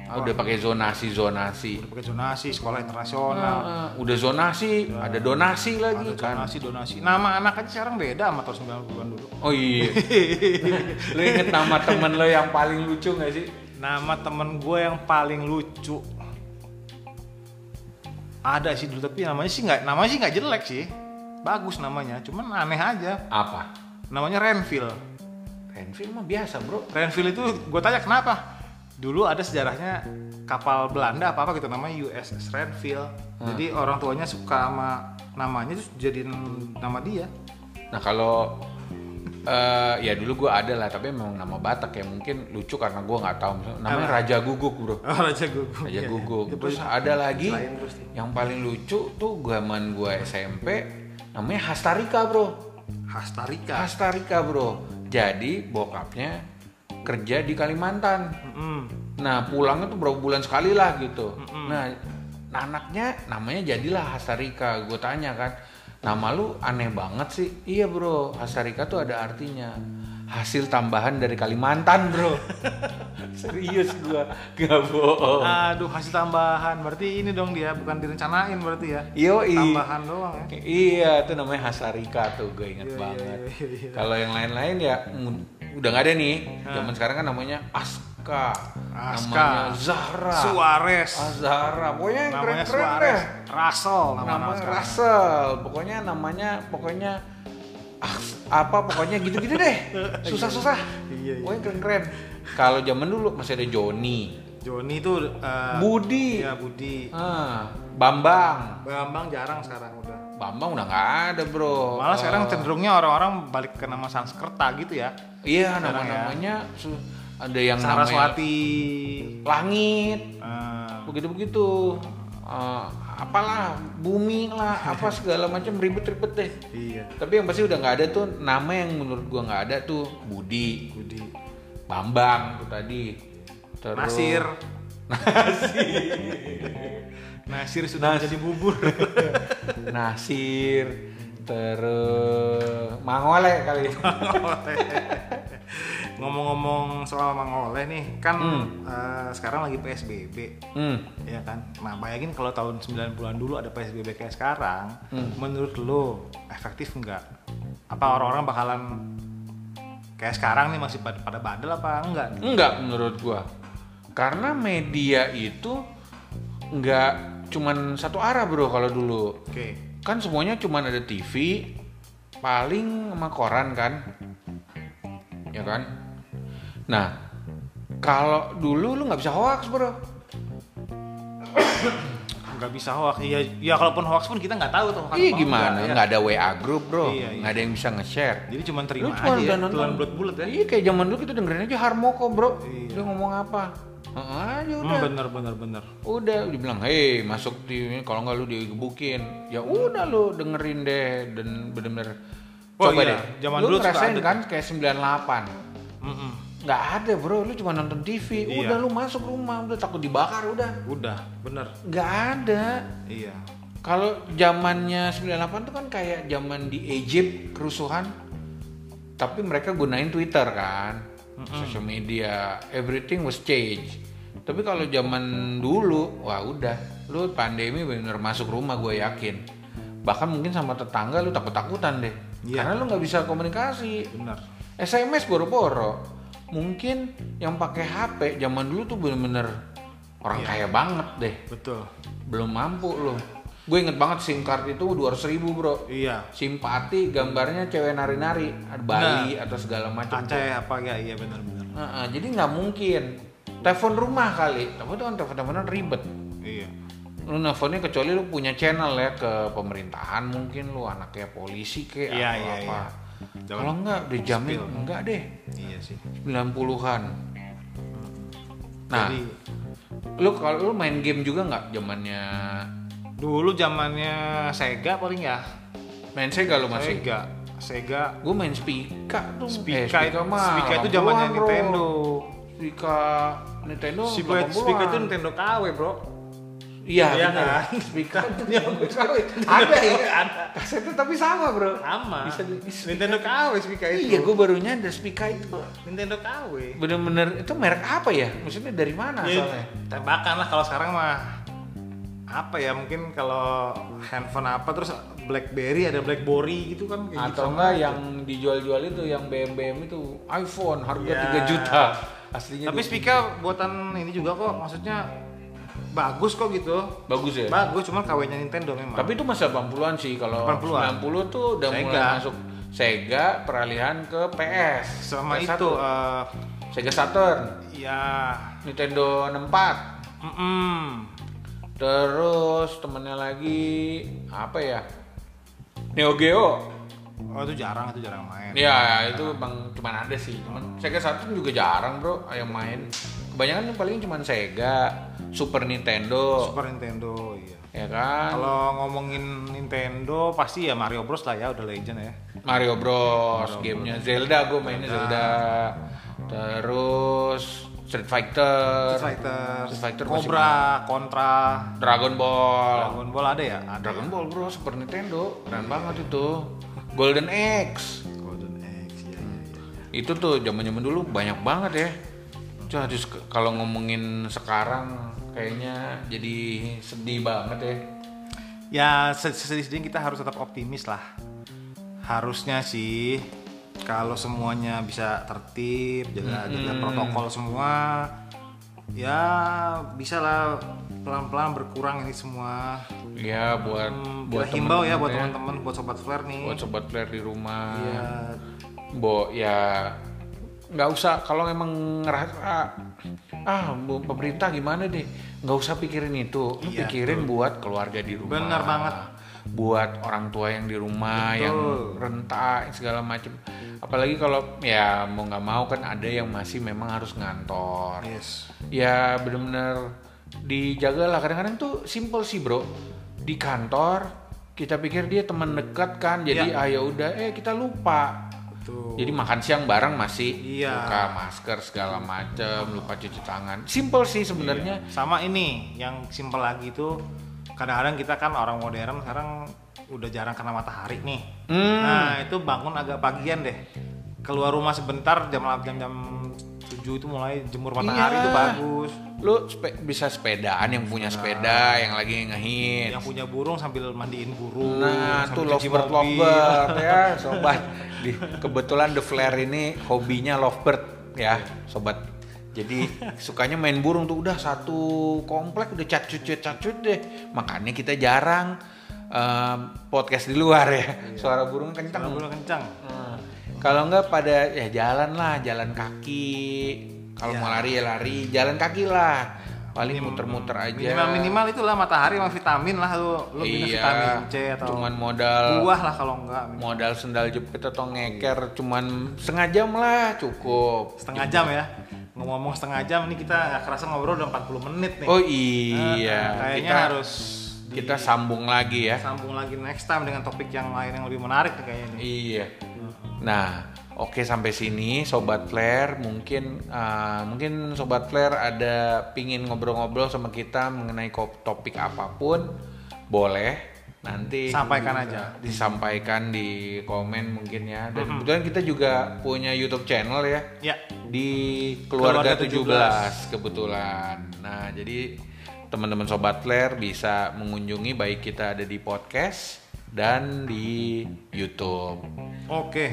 [SPEAKER 2] Ah, Udah pakai zonasi-zonasi.
[SPEAKER 1] Pakai zonasi sekolah
[SPEAKER 2] Ah,
[SPEAKER 1] internasional.
[SPEAKER 2] ah, udah zonasi, ada donasi lagi
[SPEAKER 1] Ada
[SPEAKER 2] kan.
[SPEAKER 1] zonasi donasi. Nama anak aja sekarang beda sama tahun 90-an dulu.
[SPEAKER 2] Oh iya. lu inget nama temen lo yang paling lucu gak sih?
[SPEAKER 1] Nama temen gue yang paling lucu ada sih dulu tapi namanya sih nggak namanya sih nggak jelek sih bagus namanya cuman aneh aja
[SPEAKER 2] Apa?
[SPEAKER 1] namanya Renville
[SPEAKER 2] Renville mah biasa bro.
[SPEAKER 1] Renville itu gue tanya kenapa dulu ada sejarahnya kapal Belanda apa apa gitu namanya USS Renville jadi orang tuanya suka sama namanya terus jadiin nama dia
[SPEAKER 2] Nah kalau eh, ya dulu gue ada lah tapi memang nama Batak ya mungkin lucu karena gue nggak tahu namanya Raja Guguk bro.
[SPEAKER 1] oh, Raja Guguk
[SPEAKER 2] Raja
[SPEAKER 1] Iya, iya.
[SPEAKER 2] Guguk.
[SPEAKER 1] Itu
[SPEAKER 2] Terus ada lagi
[SPEAKER 1] selain terus nih.
[SPEAKER 2] yang paling lucu tuh zaman gue SMP namanya Hastarika bro.
[SPEAKER 1] Hastarika
[SPEAKER 2] Hastarika bro. Jadi bokapnya kerja di Kalimantan.
[SPEAKER 1] Mm-mm.
[SPEAKER 2] Nah pulangnya tuh berapa bulan sekali lah gitu. Nah anaknya namanya jadilah Hasarika. Gue tanya kan, nama lu aneh banget sih. Iya bro, Hasarika tuh ada artinya hasil tambahan dari Kalimantan bro. Serius gue, gak bohong.
[SPEAKER 1] Aduh hasil tambahan berarti ini dong dia bukan direncanain berarti ya
[SPEAKER 2] Yoi.
[SPEAKER 1] tambahan doang ya
[SPEAKER 2] Iya, itu namanya Hasarika tuh gue inget
[SPEAKER 1] Iya, iya,
[SPEAKER 2] banget.
[SPEAKER 1] iya, iya.
[SPEAKER 2] Kalau yang lain-lain ya mm, udah nggak ada nih. Zaman sekarang kan namanya Aska,
[SPEAKER 1] Aska.
[SPEAKER 2] namanya Zahra,
[SPEAKER 1] Suarez
[SPEAKER 2] Azhara, Ah, pokoknya yang
[SPEAKER 1] namanya
[SPEAKER 2] keren-keren
[SPEAKER 1] Suarez
[SPEAKER 2] deh.
[SPEAKER 1] Russell nama
[SPEAKER 2] Nama
[SPEAKER 1] nama sekarang
[SPEAKER 2] Russell, pokoknya namanya, pokoknya ah, apa, pokoknya gitu-gitu deh. Susah-susah.
[SPEAKER 1] Iya, iya.
[SPEAKER 2] Pokoknya keren-keren. Kalau zaman dulu masih ada Joni,
[SPEAKER 1] Joni itu eh,
[SPEAKER 2] Budi,
[SPEAKER 1] iya, Budi
[SPEAKER 2] ah, Bambang.
[SPEAKER 1] Bambang jarang sekarang udah
[SPEAKER 2] Bambang udah nggak ada bro.
[SPEAKER 1] malah
[SPEAKER 2] Eh,
[SPEAKER 1] sekarang cenderungnya orang-orang balik ke nama Sanskerta gitu ya
[SPEAKER 2] Iya,
[SPEAKER 1] sekarang ya.
[SPEAKER 2] nama-namanya su- ada yang namanya
[SPEAKER 1] Saraswati
[SPEAKER 2] Langit,
[SPEAKER 1] eh,
[SPEAKER 2] begitu-begitu. Eh, apalah, bumi lah, apa segala macam ribet-ribet deh.
[SPEAKER 1] iya
[SPEAKER 2] Tapi yang pasti udah nggak ada tuh nama yang menurut gua nggak ada tuh Budi,
[SPEAKER 1] Budi
[SPEAKER 2] Bambang tuh tadi. Terus
[SPEAKER 1] Nasir Nasir sudah menjadi bubur
[SPEAKER 2] Nasir. Terus Mangole kali.
[SPEAKER 1] Ngomong-ngomong soal Mang Oleh nih, kan eh, sekarang lagi PSBB,
[SPEAKER 2] hmm.
[SPEAKER 1] ya kan? Nah, bayangin kalau tahun 90-an dulu ada PSBB kayak sekarang,
[SPEAKER 2] Hmm.
[SPEAKER 1] menurut lo efektif nggak? Apa orang-orang bakalan kayak sekarang nih masih pad- pada badel apa enggak?
[SPEAKER 2] Enggak menurut gua. karena media itu nggak cuman satu arah bro kalau dulu
[SPEAKER 1] Oke.
[SPEAKER 2] kan semuanya cuman ada TV paling sama koran kan ya kan nah kalau dulu lu nggak bisa hoax bro
[SPEAKER 1] Nggak bisa hoax. Iya, ya kalaupun hoax pun kita nggak tahu tuh. hoax
[SPEAKER 2] Iya
[SPEAKER 1] apa
[SPEAKER 2] gimana?
[SPEAKER 1] enggak, ya.
[SPEAKER 2] Nggak ada WA group bro,
[SPEAKER 1] Iya, iya.
[SPEAKER 2] nggak ada yang bisa nge-share.
[SPEAKER 1] Jadi cuma terima
[SPEAKER 2] Lu cuma
[SPEAKER 1] aja.
[SPEAKER 2] udah
[SPEAKER 1] Ya.
[SPEAKER 2] nonton.
[SPEAKER 1] Telan bulat-bulat ya.
[SPEAKER 2] Iya kayak zaman dulu kita dengerin aja Harmoko bro,
[SPEAKER 1] Iya.
[SPEAKER 2] dia ngomong apa? Heeh aja
[SPEAKER 1] Hmm,
[SPEAKER 2] udah.
[SPEAKER 1] bener bener bener.
[SPEAKER 2] Udah dibilang, hei masuk TV kalau nggak lu digebukin. Ya udah lu dengerin deh dan bener-bener
[SPEAKER 1] Oh,
[SPEAKER 2] coba
[SPEAKER 1] iya.
[SPEAKER 2] deh.
[SPEAKER 1] Zaman
[SPEAKER 2] lu
[SPEAKER 1] dulu suka
[SPEAKER 2] ngerasain
[SPEAKER 1] ada
[SPEAKER 2] kan kayak 98
[SPEAKER 1] Mm-mm.
[SPEAKER 2] nggak ada bro, lu cuma nonton TV.
[SPEAKER 1] Iya.
[SPEAKER 2] Udah lu masuk rumah, udah takut dibakar udah.
[SPEAKER 1] Udah bener.
[SPEAKER 2] Nggak ada.
[SPEAKER 1] Iya.
[SPEAKER 2] Kalau zamannya 98 tuh kan kayak zaman di Egypt kerusuhan. Tapi mereka gunain Twitter kan. Social media, everything was changed. Tapi kalau zaman dulu, wah udah, lu pandemi bener masuk rumah gue yakin. Bahkan mungkin sama tetangga lu takut-takutan deh.
[SPEAKER 1] Iya.
[SPEAKER 2] Karena lu nggak bisa komunikasi.
[SPEAKER 1] Bener.
[SPEAKER 2] SMS boro-boro. Mungkin yang pakai HP zaman dulu tuh bener-bener orang kaya banget deh
[SPEAKER 1] Betul.
[SPEAKER 2] belum mampu loh gue inget banget sim card itu 200 ribu bro
[SPEAKER 1] Iya.
[SPEAKER 2] simpati gambarnya cewek nari-nari ada Bali
[SPEAKER 1] Nah.
[SPEAKER 2] atau segala macam
[SPEAKER 1] Aceh apa ya? Iya bener bener.
[SPEAKER 2] Heeh, jadi nggak mungkin telepon rumah kali tapi itu kan telepon teleponan ribet
[SPEAKER 1] Iya.
[SPEAKER 2] lu nelfonnya kecuali lu punya channel ya ke pemerintahan mungkin lu anaknya polisi
[SPEAKER 1] Iya,
[SPEAKER 2] ke atau
[SPEAKER 1] iya,
[SPEAKER 2] apa
[SPEAKER 1] iya. Jangan
[SPEAKER 2] kalau nggak udah jamin
[SPEAKER 1] spill.
[SPEAKER 2] enggak deh
[SPEAKER 1] Iya sih.
[SPEAKER 2] 90-an nah
[SPEAKER 1] Jadi
[SPEAKER 2] lu kalau lu main game juga nggak zamannya
[SPEAKER 1] dulu zamannya Sega paling ya.
[SPEAKER 2] main Sega lu masih
[SPEAKER 1] Sega. Sega.
[SPEAKER 2] gue main Spica tuh
[SPEAKER 1] Spika,
[SPEAKER 2] Eh, Spica mah
[SPEAKER 1] Spika itu
[SPEAKER 2] 80-an,
[SPEAKER 1] zamannya
[SPEAKER 2] bro.
[SPEAKER 1] Nintendo.
[SPEAKER 2] Spica Nintendo
[SPEAKER 1] Spika,
[SPEAKER 2] 80-an.
[SPEAKER 1] Spika itu Nintendo KW bro.
[SPEAKER 2] iya
[SPEAKER 1] Iya
[SPEAKER 2] benar.
[SPEAKER 1] kan?
[SPEAKER 2] Spica itu Iya, ada ya
[SPEAKER 1] Ada.
[SPEAKER 2] kasetnya tapi sama bro
[SPEAKER 1] Sama.
[SPEAKER 2] bisa di- di-
[SPEAKER 1] Nintendo KW Spika itu.
[SPEAKER 2] iya gue baru nyadar Spica itu
[SPEAKER 1] Nintendo KW.
[SPEAKER 2] bener-bener itu merek apa ya maksudnya dari mana
[SPEAKER 1] Ya,
[SPEAKER 2] asalnya
[SPEAKER 1] tembakan lah kalau sekarang mah apa ya mungkin kalau handphone apa terus BlackBerry ada BlackBerry gitu kan kayak gitu
[SPEAKER 2] atau enggak yang dijual-jual itu yang BM-BM itu iPhone harga
[SPEAKER 1] Ya.
[SPEAKER 2] 3 juta aslinya
[SPEAKER 1] tapi
[SPEAKER 2] dua-
[SPEAKER 1] speaker buatan ini juga kok maksudnya bagus kok gitu
[SPEAKER 2] bagus ya
[SPEAKER 1] bagus cuman KW-nya Nintendo memang
[SPEAKER 2] Tapi itu masih 80-an sih kalau
[SPEAKER 1] 80-an.
[SPEAKER 2] 90 tuh udah mulai
[SPEAKER 1] Sega.
[SPEAKER 2] masuk Sega peralihan ke PS.
[SPEAKER 1] sama
[SPEAKER 2] PS1.
[SPEAKER 1] itu eh,
[SPEAKER 2] Sega Saturn,
[SPEAKER 1] ya
[SPEAKER 2] Nintendo 64.
[SPEAKER 1] mm
[SPEAKER 2] Terus temennya lagi apa ya? Neo Geo.
[SPEAKER 1] oh itu jarang itu jarang main
[SPEAKER 2] Ya itu bang cuman ada sih. Cuman Sega Saturn juga jarang bro yang main. Kebanyakan paling cuman Sega, Super Nintendo,
[SPEAKER 1] Super Nintendo iya
[SPEAKER 2] ya kan?
[SPEAKER 1] kalau ngomongin Nintendo pasti ya Mario Bros lah ya udah legend ya
[SPEAKER 2] Mario Bros, gamenya Zelda, gue mainnya Zelda. Terus Street Fighter,
[SPEAKER 1] Street Fighter,
[SPEAKER 2] Street Fighter masih
[SPEAKER 1] Cobra, Contra,
[SPEAKER 2] Dragon Ball.
[SPEAKER 1] Dragon Ball ada ya? Ada.
[SPEAKER 2] Dragon Ball bro, Super Nintendo, keren banget itu. Golden X,
[SPEAKER 1] Golden X ya.
[SPEAKER 2] itu tuh zaman zaman dulu banyak banget ya. Cuma terus ke- kalau ngomongin sekarang kayaknya jadi sedih banget ya.
[SPEAKER 1] Ya sedih-sedih kita harus tetap optimis lah. Harusnya sih kalau semuanya bisa tertib, jaga jaga protokol semua, ya bisa lah pelan-pelan berkurang ini semua.
[SPEAKER 2] Iya buat
[SPEAKER 1] Hmm,
[SPEAKER 2] buat
[SPEAKER 1] kita himbau ya buat
[SPEAKER 2] temen-temen
[SPEAKER 1] teman-teman, buat sobat flare
[SPEAKER 2] ya.
[SPEAKER 1] nih.
[SPEAKER 2] buat sobat player di rumah.
[SPEAKER 1] Iya.
[SPEAKER 2] Bo ya nggak usah kalau emang ngerasa ah bu- pemerintah gimana deh nggak usah pikirin itu Lu
[SPEAKER 1] Iya,
[SPEAKER 2] pikirin buat keluarga di rumah
[SPEAKER 1] Bener banget.
[SPEAKER 2] buat orang tua yang di rumah yang renta segala macem apalagi kalau ya mau nggak mau kan ada yang masih memang harus ngantor
[SPEAKER 1] Yes.
[SPEAKER 2] ya bener-bener dijagalah kadang-kadang tuh simple sih bro di kantor kita pikir dia teman dekat kan
[SPEAKER 1] Iya.
[SPEAKER 2] jadi ah ya udah eh kita lupa
[SPEAKER 1] Betul.
[SPEAKER 2] jadi makan siang bareng masih
[SPEAKER 1] Iya.
[SPEAKER 2] buka masker segala macem, lupa cuci tangan. Simple sih sebenarnya.
[SPEAKER 1] sama ini yang simpel lagi itu kadang-kadang kita kan orang modern sekarang udah jarang kena matahari nih
[SPEAKER 2] Hmm.
[SPEAKER 1] nah itu bangun agak pagian deh keluar rumah sebentar jam jam jam tujuh itu mulai jemur matahari
[SPEAKER 2] Iya.
[SPEAKER 1] itu bagus
[SPEAKER 2] Lu spe- bisa sepedaan yang punya sepeda, yang lagi
[SPEAKER 1] Nah.
[SPEAKER 2] ngehit.
[SPEAKER 1] yang punya burung sambil mandiin burung
[SPEAKER 2] Iya. Nah, tuh
[SPEAKER 1] sambil cuci
[SPEAKER 2] lovebird
[SPEAKER 1] mobil.
[SPEAKER 2] lovebird ya,
[SPEAKER 1] Iya.
[SPEAKER 2] sobat. Di, kebetulan The Flare ini hobinya lovebird ya, sobat Jadi sukanya main burung tuh udah satu komplek udah cacut-cacut cacut deh. Makanya kita jarang eh, podcast di luar ya. Suara burung kencang.
[SPEAKER 1] Kalau Iya. burung kencang.
[SPEAKER 2] Hmm. Kalau enggak pada ya jalan lah, jalan kaki. Kalau
[SPEAKER 1] Ya.
[SPEAKER 2] mau lari ya lari, jalan kaki lah. Paling
[SPEAKER 1] Minim-
[SPEAKER 2] muter-muter aja.
[SPEAKER 1] Minimal minimal itulah matahari sama vitamin lah lu lu minum vitamin
[SPEAKER 2] iya,
[SPEAKER 1] C atau
[SPEAKER 2] cuman modal
[SPEAKER 1] buah lah kalau enggak.
[SPEAKER 2] modal sendal jepit atau ngeker cuman setengah jam lah cukup.
[SPEAKER 1] Setengah jam ya. Ngomong setengah jam ini kita nggak kerasa ngobrol udah 40 menit nih.
[SPEAKER 2] Oh
[SPEAKER 1] Nah,
[SPEAKER 2] iya,
[SPEAKER 1] kayaknya
[SPEAKER 2] kita
[SPEAKER 1] harus
[SPEAKER 2] kita sambung lagi ya.
[SPEAKER 1] sambung lagi next time dengan topik yang lain yang lebih menarik nih kayaknya. nih.
[SPEAKER 2] Iya. Nah, oke sampai sini sobat Flair, mungkin uh, mungkin sobat Flair ada pingin ngobrol-ngobrol sama kita mengenai ko- topik apapun, boleh nanti
[SPEAKER 1] Sampaikan aja.
[SPEAKER 2] disampaikan di komen mungkin ya. Dan kebetulan kita juga punya YouTube channel ya
[SPEAKER 1] Ya,
[SPEAKER 2] di keluarga,
[SPEAKER 1] Keluarga
[SPEAKER 2] 17, kebetulan. Nah, jadi teman-teman sobat Flair bisa mengunjungi baik kita ada di podcast dan di YouTube.
[SPEAKER 1] oke.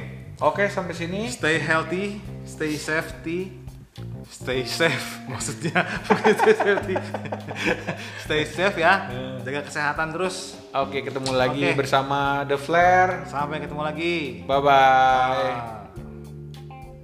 [SPEAKER 2] Oke, sampai sini.
[SPEAKER 1] Stay healthy, stay safety, stay safe maksudnya. Bukan stay safety. stay safe ya.
[SPEAKER 2] Iya.
[SPEAKER 1] Jaga kesehatan terus.
[SPEAKER 2] Oke, ketemu lagi
[SPEAKER 1] Oke.
[SPEAKER 2] bersama The Flair.
[SPEAKER 1] Sampai ketemu lagi. Ah.
[SPEAKER 2] Bye bye.
[SPEAKER 1] Bye.